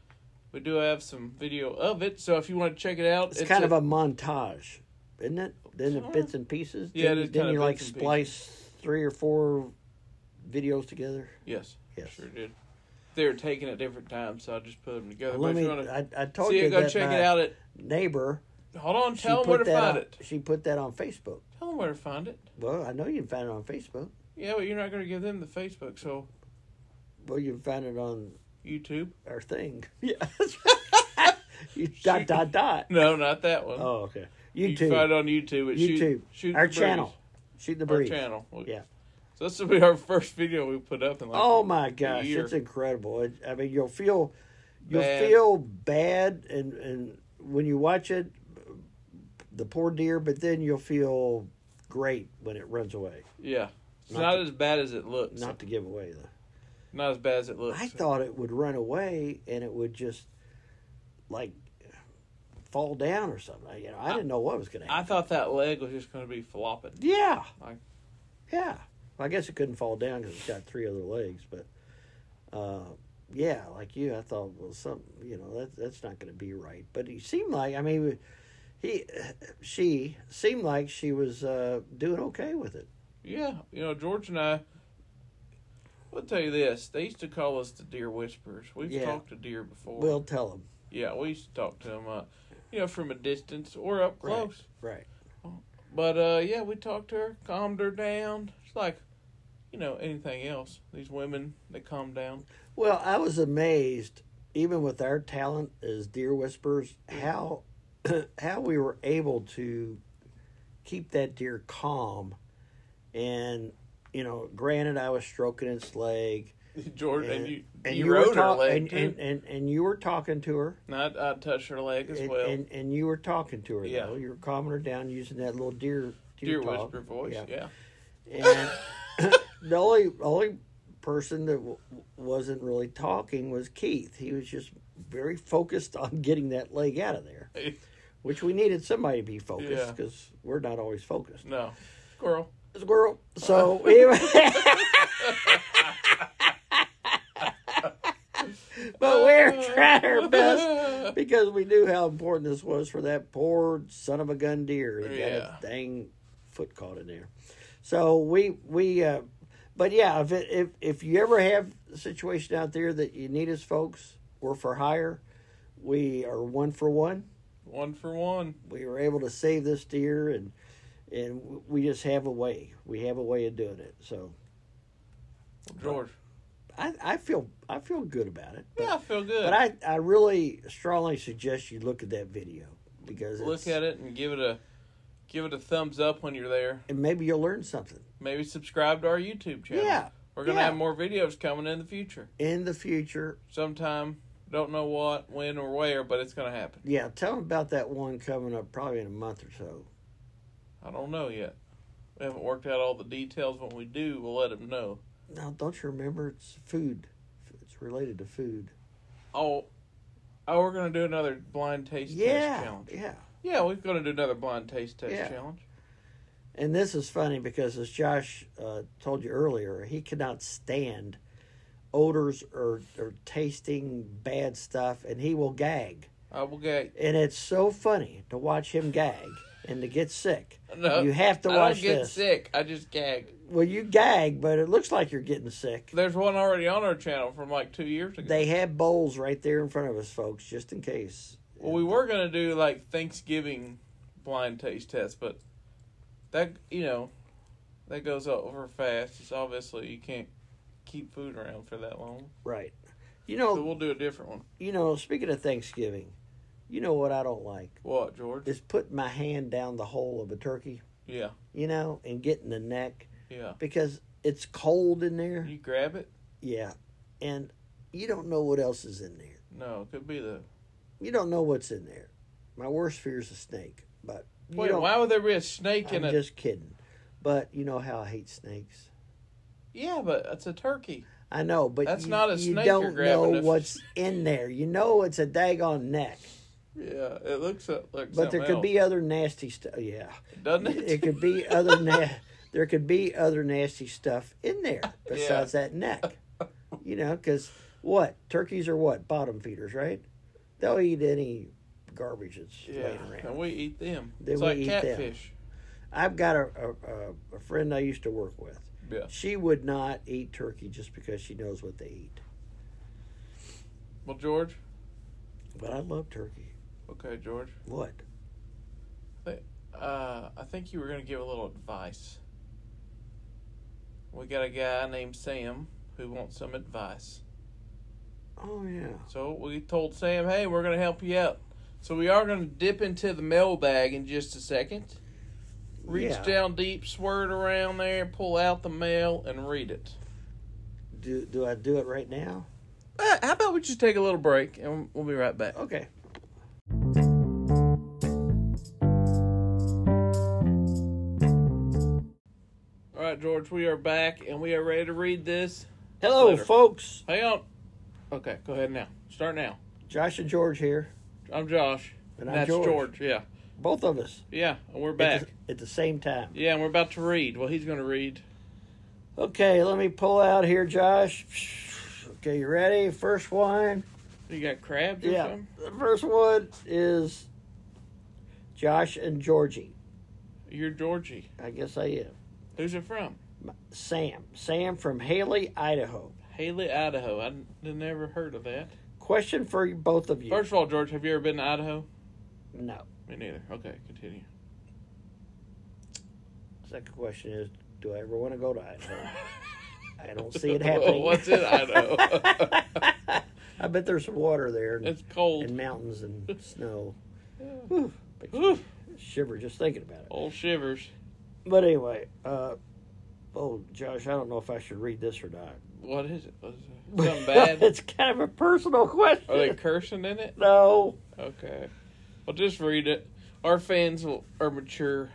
we do have some video of it. So if you want to check it out, It's, kind of a montage, isn't it? Then the bits and pieces. Yeah, it Didn't, is didn't kind you of like bits and splice three or four videos together? yes, Yes. sure did. They were taken at different times, so I just put them together. Let but if me. you want to I, I told see you it, go that check my it out. At neighbor. hold on, She tell them where to put that find on- it. She put that on Facebook. Tell them where to find it. Well, I know you can find it on Facebook. Yeah, but you're not going to give them the Facebook, so Well, you can find it on YouTube. our thing. Yeah. you, dot dot dot. No, not that one. Oh, okay. You can find YouTube. it on YouTube. At YouTube. Shoot, shoot our the Breeze. channel. Shooting the Our breeze. channel. We- Yeah. So this will be our first video we put up in like Oh my gosh, year. it's incredible. It, I mean, you'll feel you'll Bad. feel bad, and and when you watch it, the poor deer. But then you'll feel great when it runs away. yeah. It's Not not, the- as bad as it looks. Not Not, to give away though. as bad as it looks. I thought it would run away and it would just like fall down or something. I- You know, I, didn't know what was going to I happen. thought that leg was just going to be flopping. yeah, I- yeah. Well, I guess it couldn't fall down because it's got three other legs. But uh, yeah, like you, I thought well, something. You know, that that's not going to be right. But he seemed like I mean, he she seemed like she was uh, doing okay with it. Yeah, you know George and I. I'll tell you this: they used to call us the deer whisperers. We've Yeah. talked to deer before. We'll tell him yeah, we used to talk to them, uh, you know, from a distance or up Right. close. right. But uh, yeah, we talked to her, calmed her down. It's like, you know, anything else. These women, they calm down. Well, I was amazed, even with our talent as deer whisperers, how how we were able to keep that deer calm. And, you know, granted, I was stroking its leg. George, and, you, you, were rode her talk- leg and, too. and, and, and you were talking to her. And I'd, I'd touch her leg as and, well. and, and you were talking to her, Yeah. though. You were calming her down using that little deer, Deer talk. whisper voice. Yeah. And the only only person that w- wasn't really talking was Keith. He was just very focused on getting that leg out of there, which we needed somebody to be Yeah. focused because we're not always focused. no, squirrel. Squirrel. So anyway. But we're trying our best because we knew how important this was for that poor son of a gun deer. He got Yeah. a dang foot caught in there. So we we uh, but yeah, if it, if if you ever have a situation out there that you need us, folks, we're for hire. We are one for one. One for one. We were able to save this deer, and and we just have a way. We have a way of doing it. So George. I, I feel I feel good about it. Yeah, I feel good. But I, I really strongly suggest you look at that video because Look it's- at it and give it a give it a thumbs up when you're there. and maybe you'll learn something. Maybe subscribe to our YouTube channel. Yeah, We're gonna yeah. have more videos coming in the future. in the future. Sometime. Don't know what, when or where, but it's gonna happen. Yeah, tell them about that one coming up probably in a month or so. I don't know yet. We haven't worked out all the details. When we do, we'll let them know. Now, don't you remember? It's food. It's related to food. Oh, oh, we're gonna do another blind taste test yeah, challenge. yeah. Yeah, we're gonna do another blind taste test Yeah. challenge. And this is funny because, as Josh uh, told you earlier, he cannot stand odors or, or tasting bad stuff, and he will gag. I will get. And it's so funny to watch him gag and to get sick. No, you have to I watch don't get this. sick. I just gag. Well, you gag, but it looks like you're getting sick. There's one already on our channel from like two years ago. They have bowls right there in front of us, folks, just in case. well, we were gonna do like Thanksgiving blind taste test, but that you know that goes over fast. It's obviously you can't keep food around for that long. Right. You So know, we'll do a different one. you know. Speaking of Thanksgiving, you know what I don't like What, George? is putting my hand down the hole of a turkey, Yeah, you know, and getting the neck yeah. because it's cold in there. You grab it. Yeah, and you don't know what else is in there. No, it could be the. You don't know what's in there. My worst fear is a snake, but you Wait, don't- why would there be a snake I'm in it? just kidding. But you know how I hate snakes. Yeah, but it's a turkey. I know, but That's you, not a you snake you're don't grabbing know if- what's in there. You know it's a daggone neck, Yeah, it looks like. like but there something could else, be other nasty stuff. Yeah, doesn't it? it could be other na- There could be other nasty stuff in there besides that neck. You know, because what turkeys are what bottom feeders, right? They'll eat any garbage that's Yeah, laying around. and we eat them. They it's would like eat them. catfish. I've got a, a- a a friend I used to work with. Yeah. She would not eat turkey just because she knows what they eat. Well, George. But I love turkey. Okay, George. What? Uh, I think you were gonna give a little advice. We got a guy named Sam who wants some advice. Oh yeah. So we told Sam, "Hey, we're gonna help you out." So we are gonna dip into the mailbag in just a second. Reach Yeah. down deep, swirl it around there, pull out the mail, and read it. Do do I do it right now? Uh, How about we just take a little break and we'll be right back. Okay. All right, George, we are back and we are ready to read this. Hello, Later. folks. Hang on. Okay, go ahead now. Start now. Josh and George here. I'm Josh. And I'm that's George. Yeah, Both of us yeah, and we're at back. the, at the same time. Yeah, and we're about to read. Well, he's going to read. Okay, let me pull out here, Josh. Okay, you ready? First one. You got crabs or Yeah. something? The first one is Josh and Georgie. You're Georgie. I guess I am. Who's it from? Sam. Sam from Haley, Idaho. Haley, Idaho. I n- never heard of that. Question for you- both of you. First of all, George, have you ever been to Idaho? No. Me neither. Okay, continue. Second question is, do I ever want to go to Idaho? I don't see it happening. What's in Idaho? I bet there's some water there. and- it's cold. and mountains and snow. Whew, makes me Whew. shiver just thinking about it. Old shivers. But anyway, uh, oh Josh, I don't know if I should read this or not. What is it? What is it? Something bad? it's kind of a personal question. Are they cursing in it? no. Okay. Well, just read it. Our fans will, are mature.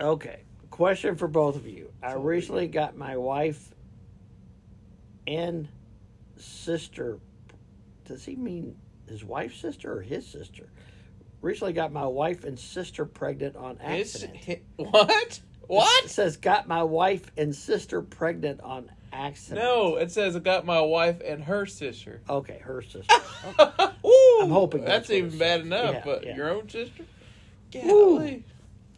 Okay. Question for both of you. I Totally. recently got my wife and sister. Does he mean his wife's sister or his sister? Recently got my wife and sister pregnant on It's, accident. hi- what? It What? says got my wife and sister pregnant on accident. No, it says I got my wife and her sister. Okay, her sister. Ooh, I'm hoping that's, that's what even it bad says. enough. Yeah, but yeah. your own sister, Woo. golly,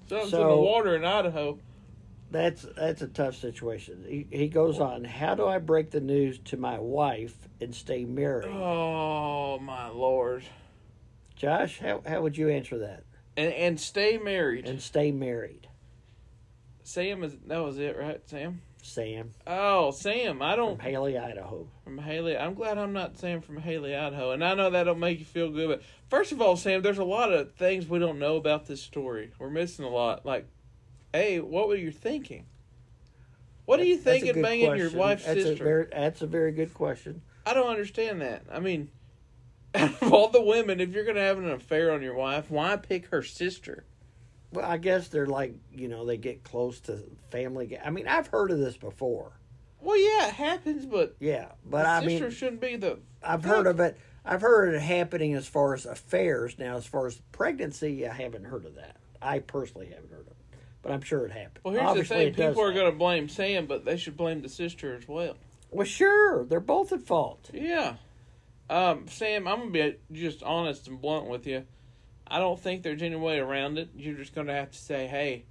something's in the So- water in Idaho. That's that's a tough situation. He, he goes on. How do I break the news to my wife and stay married? Oh my lord! Josh, how how would you answer that? And and stay married. and stay married. Sam is that was it, right? Sam. Sam Oh, Sam. I from don't Haley, Idaho. from Haley. I'm glad I'm not Sam from Haley, Idaho. And I know that'll make you feel good. But first of all, Sam, there's a lot of things we don't know about this story. We're missing a lot. Like, hey, what were you thinking? What are you That's a thinking good banging your question. wife's that's sister? A very, that's a very good question. I don't understand that. I mean, out of all the women, if you're going to have an affair on your wife, why pick her sister? Well, I guess they're like you know they get close to family. ga- I mean, I've heard of this before. Well, yeah, it happens, but, Yeah, but the I sister mean, shouldn't be the. I've heard of it. I've heard of it happening as far as affairs. Now, as far as pregnancy, I haven't heard of that. I personally haven't heard of it, but I'm sure it happened. Well, here's Obviously, the thing: it does people are happen. going to blame Sam, but they should blame the sister as well. Well, sure, they're both at fault. Yeah, um, Sam, I'm gonna be just honest and blunt with you. I don't think there's any way around it. You're just going to have to say, "Hey,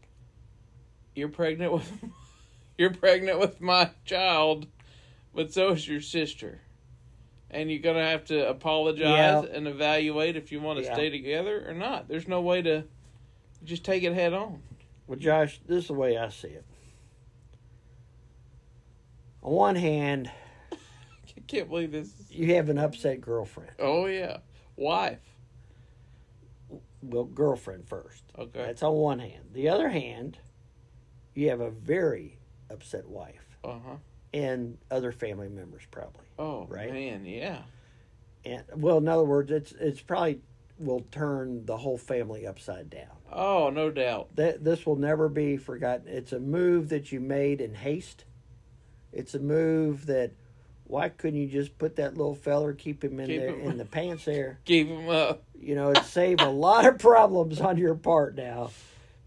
you're pregnant with, you're pregnant with my child, but so is your sister." And you're gonna have to apologize and evaluate if you want to Yeah. stay together or not. There's no way to just take it head on. Well, Josh, this is the way I see it. On one hand, I can't believe this. is- you have an upset girlfriend. Oh yeah, wife. Well, girlfriend first. Okay. That's on one hand. The other hand, you have a very upset wife Uh huh. and other family members, probably. Oh Right? man, yeah. And well, in other words, it's it's probably will turn the whole family upside down. Oh, no doubt. That this will never be forgotten. It's a move that you made in haste. It's a move that why couldn't you just put that little feller, keep him in Keep there him- in the pants there? Keep him up. You know, it saved a lot of problems on your part now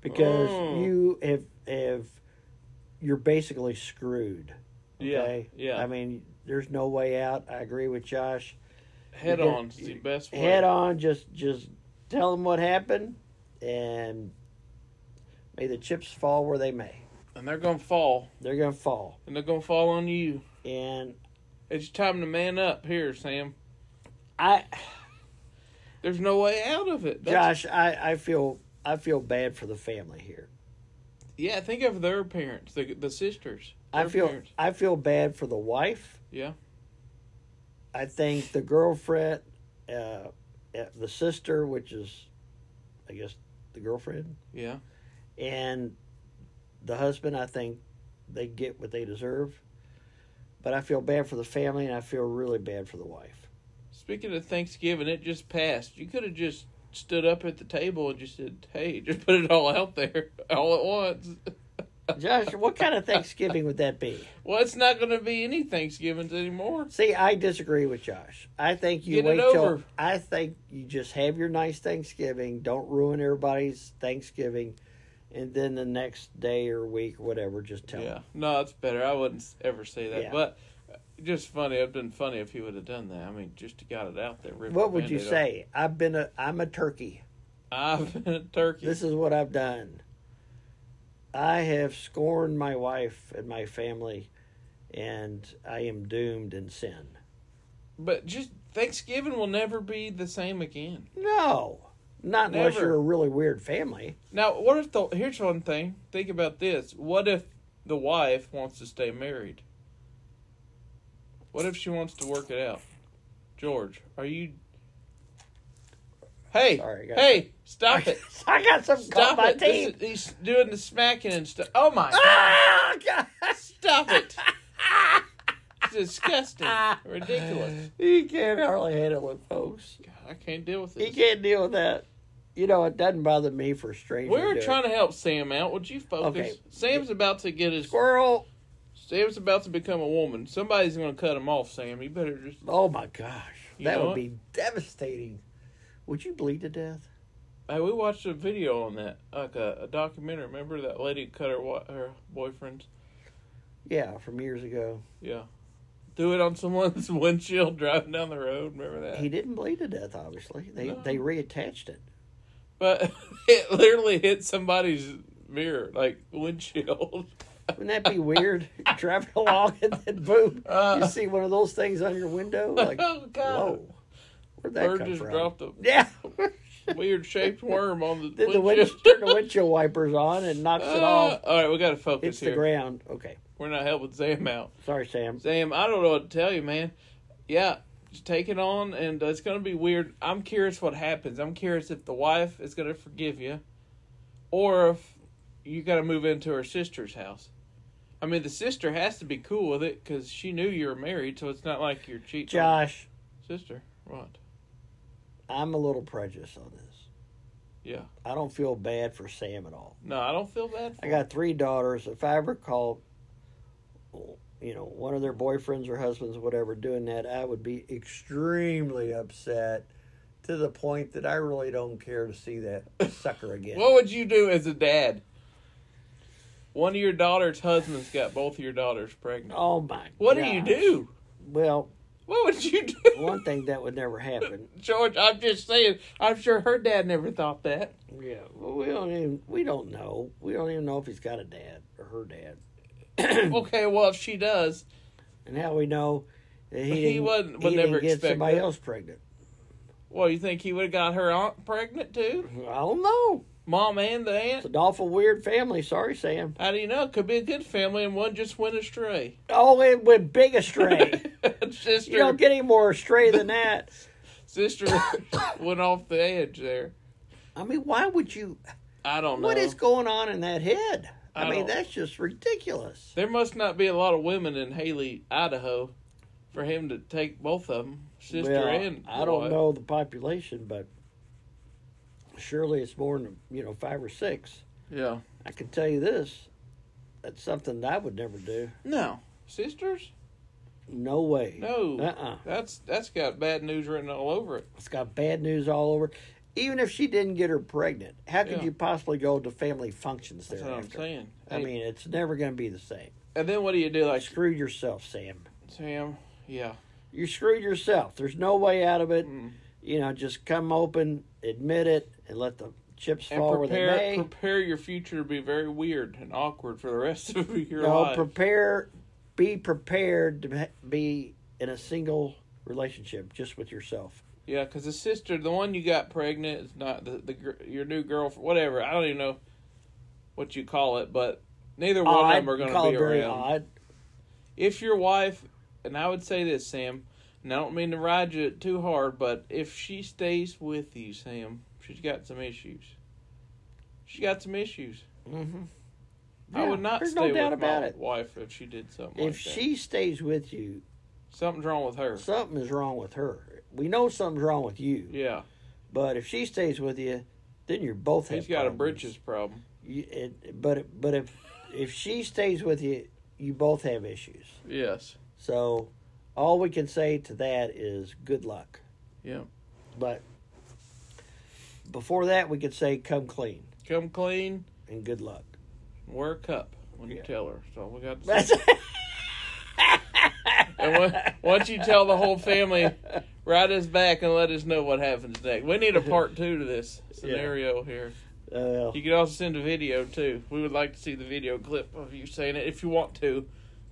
because Mm. you have have you're basically screwed. Okay? Yeah. Yeah. I mean, there's no way out. I agree with Josh. head you get- on is the best way. Head on, just just tell them what happened, and may the chips fall where they may. And they're gonna fall. They're gonna fall. And they're gonna fall on you. And It's time to man up here, Sam. I, There's no way out of it. That's- Josh, I, I feel I feel bad for the family here. Yeah, think of their parents, the the sisters. I Their feel parents. I feel bad for the wife. Yeah. I think the girlfriend, uh, uh, the sister, which is, I guess, the girlfriend, Yeah. and the husband. I think they get what they deserve. But I feel bad for the family, and I feel really bad for the wife. Speaking of Thanksgiving, it just passed. You could have just stood up at the table and just said, "Hey, just put it all out there all at once." Josh, what kind of Thanksgiving would that be? Well, it's not going to be any Thanksgivings anymore. See, I disagree with Josh. I think you Get it wait till over. I think you just have your nice Thanksgiving. Don't ruin everybody's Thanksgiving, and then the next day or week, whatever, just tell. Yeah, them. no, it's better. I wouldn't s- ever say that, Yeah. but uh, just funny. It'd been funny if he would have done that. I mean, just to got it out there. rip What the would you Band-Aid say? I've been a I'm a turkey. off. I've been a turkey. This is what I've done. I have scorned my wife and my family, and I am doomed in sin. but just Thanksgiving will never be the same again. No, not unless Never. you're a really weird family. Now, what if the here's one thing. Think about this. What if the wife wants to stay married? What if she wants to work it out? George, are you Hey, Sorry, I got- hey, stop it. I got some Stop caught my it. This teeth. is, he's doing the smacking and stuff. Oh my Ah, God. God. Stop it. It's disgusting. Ridiculous. He can't hardly handle it, folks. God, I can't deal with He this. can't deal with that. You know, it doesn't bother me for strangers. We were doing it. trying to help Sam out. Would you focus? Okay. Sam's about to get his. squirrel. Sam's about to become a woman. Somebody's going to cut him off, Sam. You better just. Oh my gosh, You that know would what? be devastating. Would you bleed to death? Hey, we watched a video on that, like a, a documentary. Remember that lady cut her wa- her boyfriend? Yeah, from years ago. Yeah, do it on someone's windshield driving down the road. Remember that? He didn't bleed to death. Obviously, they No. they reattached it. But it literally hit somebody's mirror, like windshield. Wouldn't that be weird? Driving along and then boom, you Uh. see one of those things on your window. Like, oh god! whoa, where'd that Bird come just from? dropped a Yeah. weird shaped worm on the Did the wind windshield. turn the windshield wipers on and knocks it Uh, off? all right, we got to focus It's the here. ground. Okay. We're not helping Sam out. Sorry, Sam. Sam, I don't know what to tell you, man. Yeah, just take it on, and uh, it's gonna be weird. I'm curious what happens. I'm curious if the wife is gonna forgive you, or if you gotta move into her sister's house. I mean, the sister has to be cool with it because she knew you were married, so it's not like you're cheating. on Josh, your Sister, what? I'm a little prejudiced on this. Yeah. I don't feel bad for Sam at all. No, I don't feel bad. For I got three daughters. If I recall, you know, one of their boyfriends or husbands, whatever, doing that, I would be extremely upset to the point that I really don't care to see that sucker again. What would you do as a dad? One of your daughter's husbands got both of your daughters pregnant. oh my! What do gosh. you do? Well, What would you do? one thing that would never happen. George, I'm just saying. I'm sure her dad never thought that. Yeah, well, we don't even we don't know. We don't even know if he's got a dad or her dad, okay, well, if she does, and how we know that he He didn't, wasn't- would he didn't never get expect somebody that. else pregnant. well, you think he would have got her aunt pregnant too? I don't know. Mom and the It's aunt? an awful weird family. Sorry, Sam. How do you know? It could be a good family and one just went astray. Oh, it went big astray. sister, you don't get any more astray than that. sister went off the edge there. I mean, why would you? I don't know. What is going on in that head? I, I mean, don't- that's just ridiculous. there must not be a lot of women in Haley, Idaho, for him to take both of them, sister well, and I don't wife. know the population, but surely it's more than you know five or six. Yeah. I can tell you this. That's something that I would never do. No, sisters? No way. No. Uh-uh. That's that's got bad news written all over it. It's got bad news all over. Even if she didn't get her pregnant, how could Yeah. you possibly go to family functions That's what I'm thereafter? saying. I mean, it's never going to be the same. And then what do you do? Like Screw yourself, Sam. Sam, yeah, you screwed yourself. There's no way out of it. Mm. You know, just come open, admit it, and let the chips and fall where prepare they may. prepare your future to be very weird and awkward for the rest of your no, life. prepare, be prepared to ha- be in a single relationship just with yourself. yeah, because the sister, the one you got pregnant, is not the the gir- your new girlfriend, whatever. I don't even know what you call it, but neither one of them are going call to it be very around. odd. If your wife, and I would say this, Sam, and I don't mean to ride you too hard, but if she stays with you, Sam, she's got some issues. She's got some issues. Mm-hmm. I would not There's stay no doubt with about my it. wife if she did something like If that. she stays with you, Something's wrong with her. something is wrong with her. We know something's wrong with you, Yeah, but if she stays with you, then you're both. he's have got a problems. britches problem. You, it, but but if if she stays with you, you both have issues. Yes. So all we can say to that is good luck. Yeah. But before that, we could say come clean Come clean, and good luck. wear a cup when you Yeah. tell her. So we got. To That's say. and when, once you tell the whole family, write us back and let us know what happens next. We need a part two to this scenario here. uh, You can also send a video too. We would like to see the video clip of you saying it if you want to.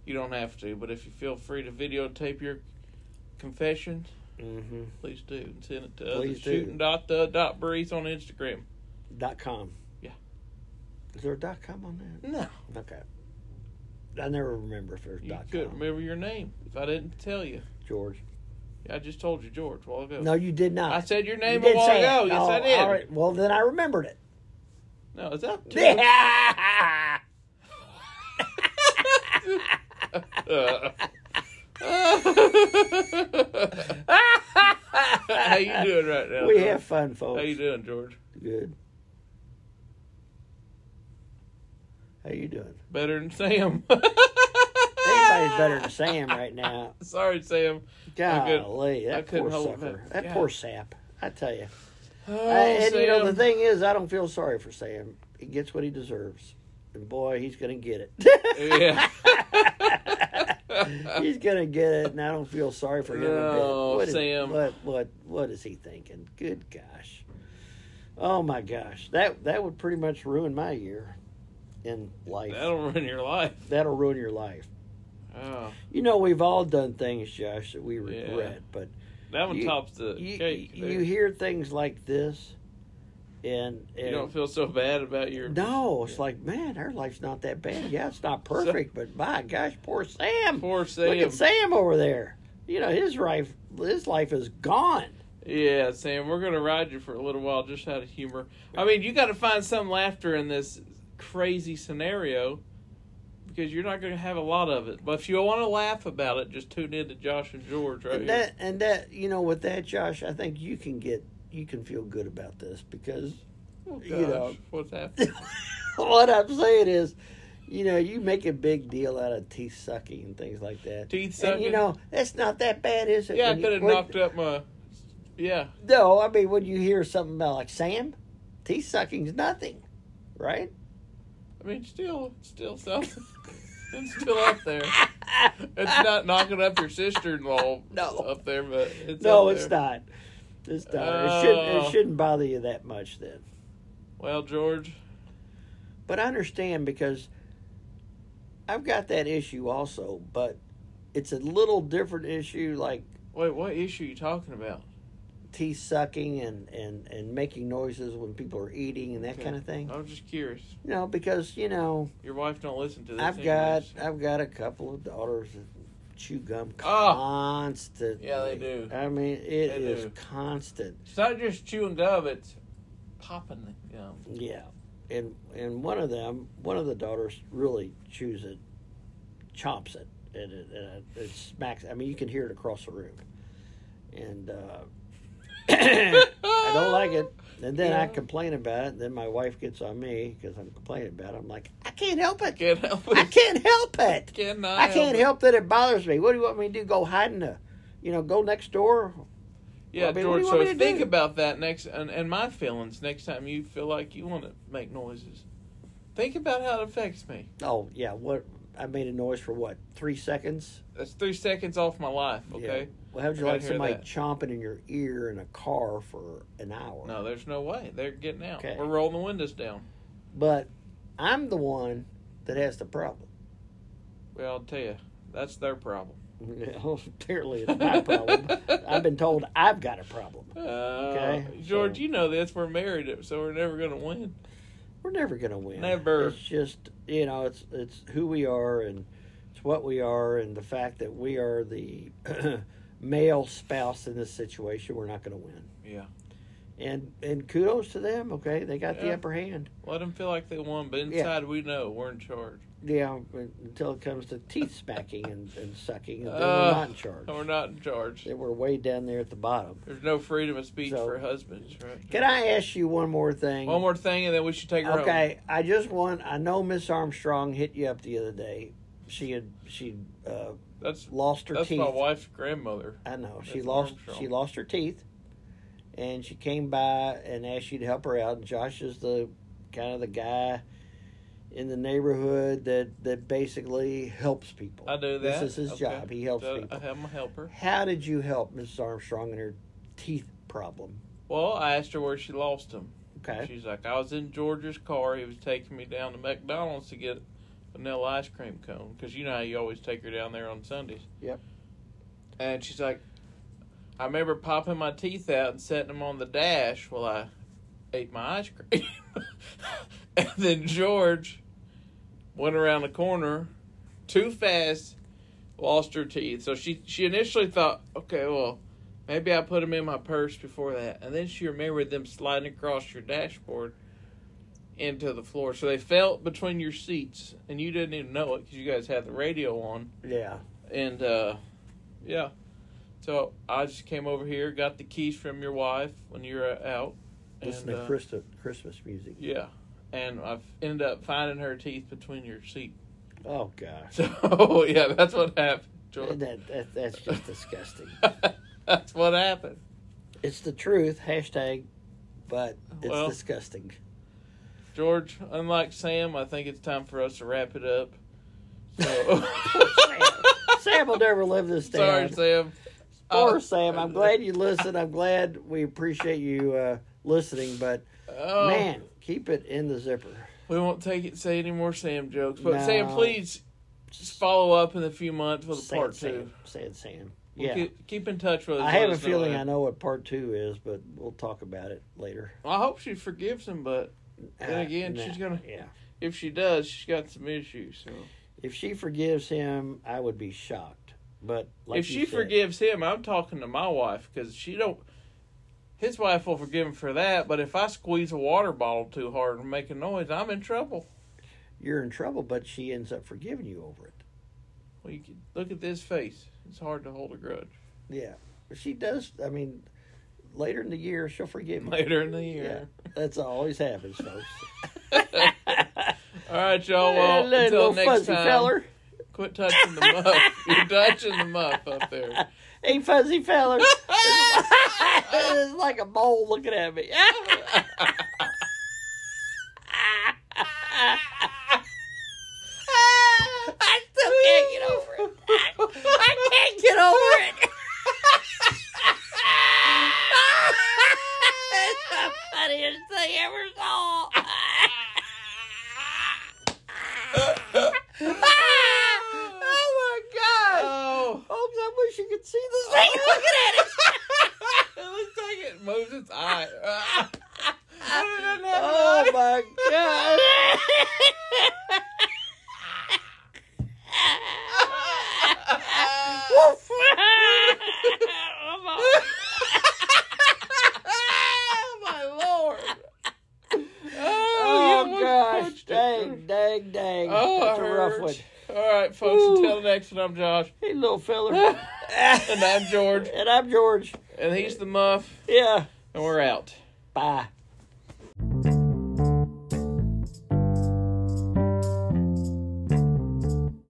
You don't have to, but if you feel free to videotape your confession, mm-hmm, please do and send it to us. Please at do. Shooting dot the dot breeze on Instagram. dot com. Yeah. Is there a dot com on that? No. Okay. I never remember if there's You dot couldn't com. remember your name if I didn't tell you. George. I just told you George a while ago. No, you did not. I said your name a You did while say ago. it. Yes, Oh, I did. all right. Well, then I remembered it. No, is that Yeah. How you doing right now? we George? have fun, folks. How you doing, George? Good. How you doing? Better than Sam. Anybody's better than Sam right now. Sorry, Sam. couldn't- Golly, I that couldn't poor hold it sucker. back. That God. poor sap. I tell you. Oh, I- Uh, and you know the Sam. thing is, I don't feel sorry for Sam. He gets what he deserves, and boy, he's gonna get it. Yeah. he's gonna get it, and I don't feel sorry for him. a bit. No, What is- Oh, Sam. what what what is he thinking? Good gosh. Oh my gosh, that that would pretty much ruin my year in life. That'll ruin your life. That'll ruin your life. Oh, You know, we've all done things, Josh, that we Yeah. regret, but that one You- tops the you, cake. there. you hear things like this, and, and You don't feel so bad about your. No, it's like, man, her life's not that bad. Yeah, it's not perfect, but my gosh, poor Sam. Poor Look Sam. at Sam over there. You know, his life his life is gone. Yeah, Sam, we're gonna ride you for a little while just out of humor. I mean, you got to find some laughter in this crazy scenario because you're not gonna have a lot of it. But if you want to laugh about it, just tune in to Josh and George right And here. that and that you know, with that, Josh, I think you can get you can feel good about this because Oh, gosh, you know. what's happening? what I'm saying is, you know, you make a big deal out of teeth sucking and things like that. Teeth And you sucking? know, that's not that bad, is it? yeah, I When you- could have when- knocked up my. Yeah, No, I mean when you hear something about like Sam, teeth sucking's nothing, right? I mean, still, still something. it's still up there. It's not knocking up your sister-in-law. No. up there, but it's no, up it's there. not. It's not. it shouldn't. Oh. It shouldn't bother you that much then. Well, George, But I understand because I've got that issue also, but it's a little different issue, like wait, what issue are you talking about? teeth sucking and and and making noises when people are eating and that Okay. kind of thing. I'm just curious. No, because you know Your wife don't listen to this. I've got anyways. I've got a couple of daughters that chew gum Oh. constantly. Yeah, they do. I mean, it is They do. constant. It's not just chewing gum; it's popping the gum. Yeah, and and one of them, one of the daughters, really chews it, chomps it, and it, and it, it smacks. I mean, you can hear it across the room, and uh, I don't like it. And then I Yeah. complain about it. And then my wife gets on me because I'm complaining about it. I'm like, I can't help it. Can't help it. I can't help it. Cannot I can't it. help that it bothers me. What do you want me to do? Go hide in the, you know, go next door? Yeah, I mean, what George. do you So want me to think do? about that next, and, and my feelings next time you feel like you want to make noises. Think about how it affects me. Oh yeah, what? I made a noise for what? Three seconds. That's three seconds off my life. Okay. Yeah. Well, how'd you I like hear somebody that. chomping in your ear in a car for an hour? No, there's no way they're getting out. Okay. We're rolling the windows down. But I'm the one that has the problem. Well, I'll tell you, that's their problem. Well, Apparently, it's my problem. I've been told I've got a problem. Uh, Okay, George, so- you know this. We're married, so we're never gonna win. We're never gonna win. Never. It's just you know, it's it's who we are and it's what we are and the fact that we are the male spouse in this situation. We're not gonna win. Yeah. And and kudos to them. Okay, they got the Yeah. upper hand. Let them feel like they won, but Yeah. inside we know we're in charge. Yeah, until it comes to teeth smacking and, and sucking, and then Uh, we're not in charge. And we're not in charge. They were way down there at the bottom. There's no freedom of speech So- for husbands, right? Can I ask you one more thing? One more thing, and then we should take her home. Okay, I just want. I know Miss Armstrong hit you up the other day. She had she uh, That's lost her that's teeth. my wife's grandmother. I know she That's lost Armstrong. she lost her teeth, and she came by and asked you to help her out. And Josh is the kind of the guy in the neighborhood that that basically helps people. I do This that. is his Okay. job. He helps So uh, people. I'm a helper. How did you help Mrs. Armstrong and her teeth problem? Well, I asked her where she lost them. Okay. She's like, I was in George's car. He was taking me down to McDonald's to get vanilla ice cream cone because you know how you always take her down there on Sundays. Yep. And she's like, I remember popping my teeth out and setting them on the dash while I ate my ice cream. and then George went around the corner too fast, lost her teeth. So she she initially thought, okay, well, Maybe I put them in my purse before that. And then she remembered them sliding across your dashboard into the floor. So they fell between your seats, and you didn't even know it because you guys had the radio on. Yeah. And uh, yeah, so I just came over here, got the keys from your wife when you were out. Listen And, to uh, Christmas, Christmas music. yeah, and I ended up finding her teeth between your seat. Oh gosh. So yeah, that's what happened. Jordan. That, that that's just disgusting. that's what happened. It's the truth, hashtag, but it's Well. disgusting. George, unlike Sam, I think it's time for us to wrap it up. So, Sam will never live this down. sorry, Sam. Poor Uh, Sam. I'm glad you listened. I'm glad we appreciate you uh, listening, but Oh, man, keep it in the zipper. we won't take it. Say any more Sam jokes, but No. Sam, please just follow up in a few months with a Sad part two. Sam. Sad Sam. Yeah. Keep, keep in touch with us. I Let have a us know feeling that. I know what part two is, but we'll talk about it later. I hope she forgives him, but Then Uh, again, she's gonna- Yeah. if she does, she's got some issues. So. If she forgives him, I would be shocked. But like if you she said, forgives him, I'm talking to my wife because she don't. His wife will forgive him for that, but if I squeeze a water bottle too hard and make a noise, I'm in trouble. you're in trouble, but she ends up forgiving you over it. Well, you can, look at this face; it's hard to hold a grudge. Yeah, she does. I mean, later in the year, she'll forgive you. Later in the year. That's always happens, folks. All right, y'all. Oh, Well, Little until next fuzzy time, feller. quit touching the muff. You're touching the muff up there. Hey, fuzzy feller. it's like a mole looking at me. I still can't get over it. I can't get over it. it's the funniest thing I ever Oh. saw. oh my gosh. Oh, Folks, I wish you could see this thing looking at it. it looks like it moves its eye. Ah. I didn't have Oh an eye. my god. Woof. oh my lord! Oh, Oh you gosh. punched it. Dang, dang, dang. Oh, That's I a rough hurt. one. All right, folks. Woo. Until next one, I'm Josh, Hey, little feller. and I'm George, and I'm George. and he's the Muff, Yeah. and we're out. Bye.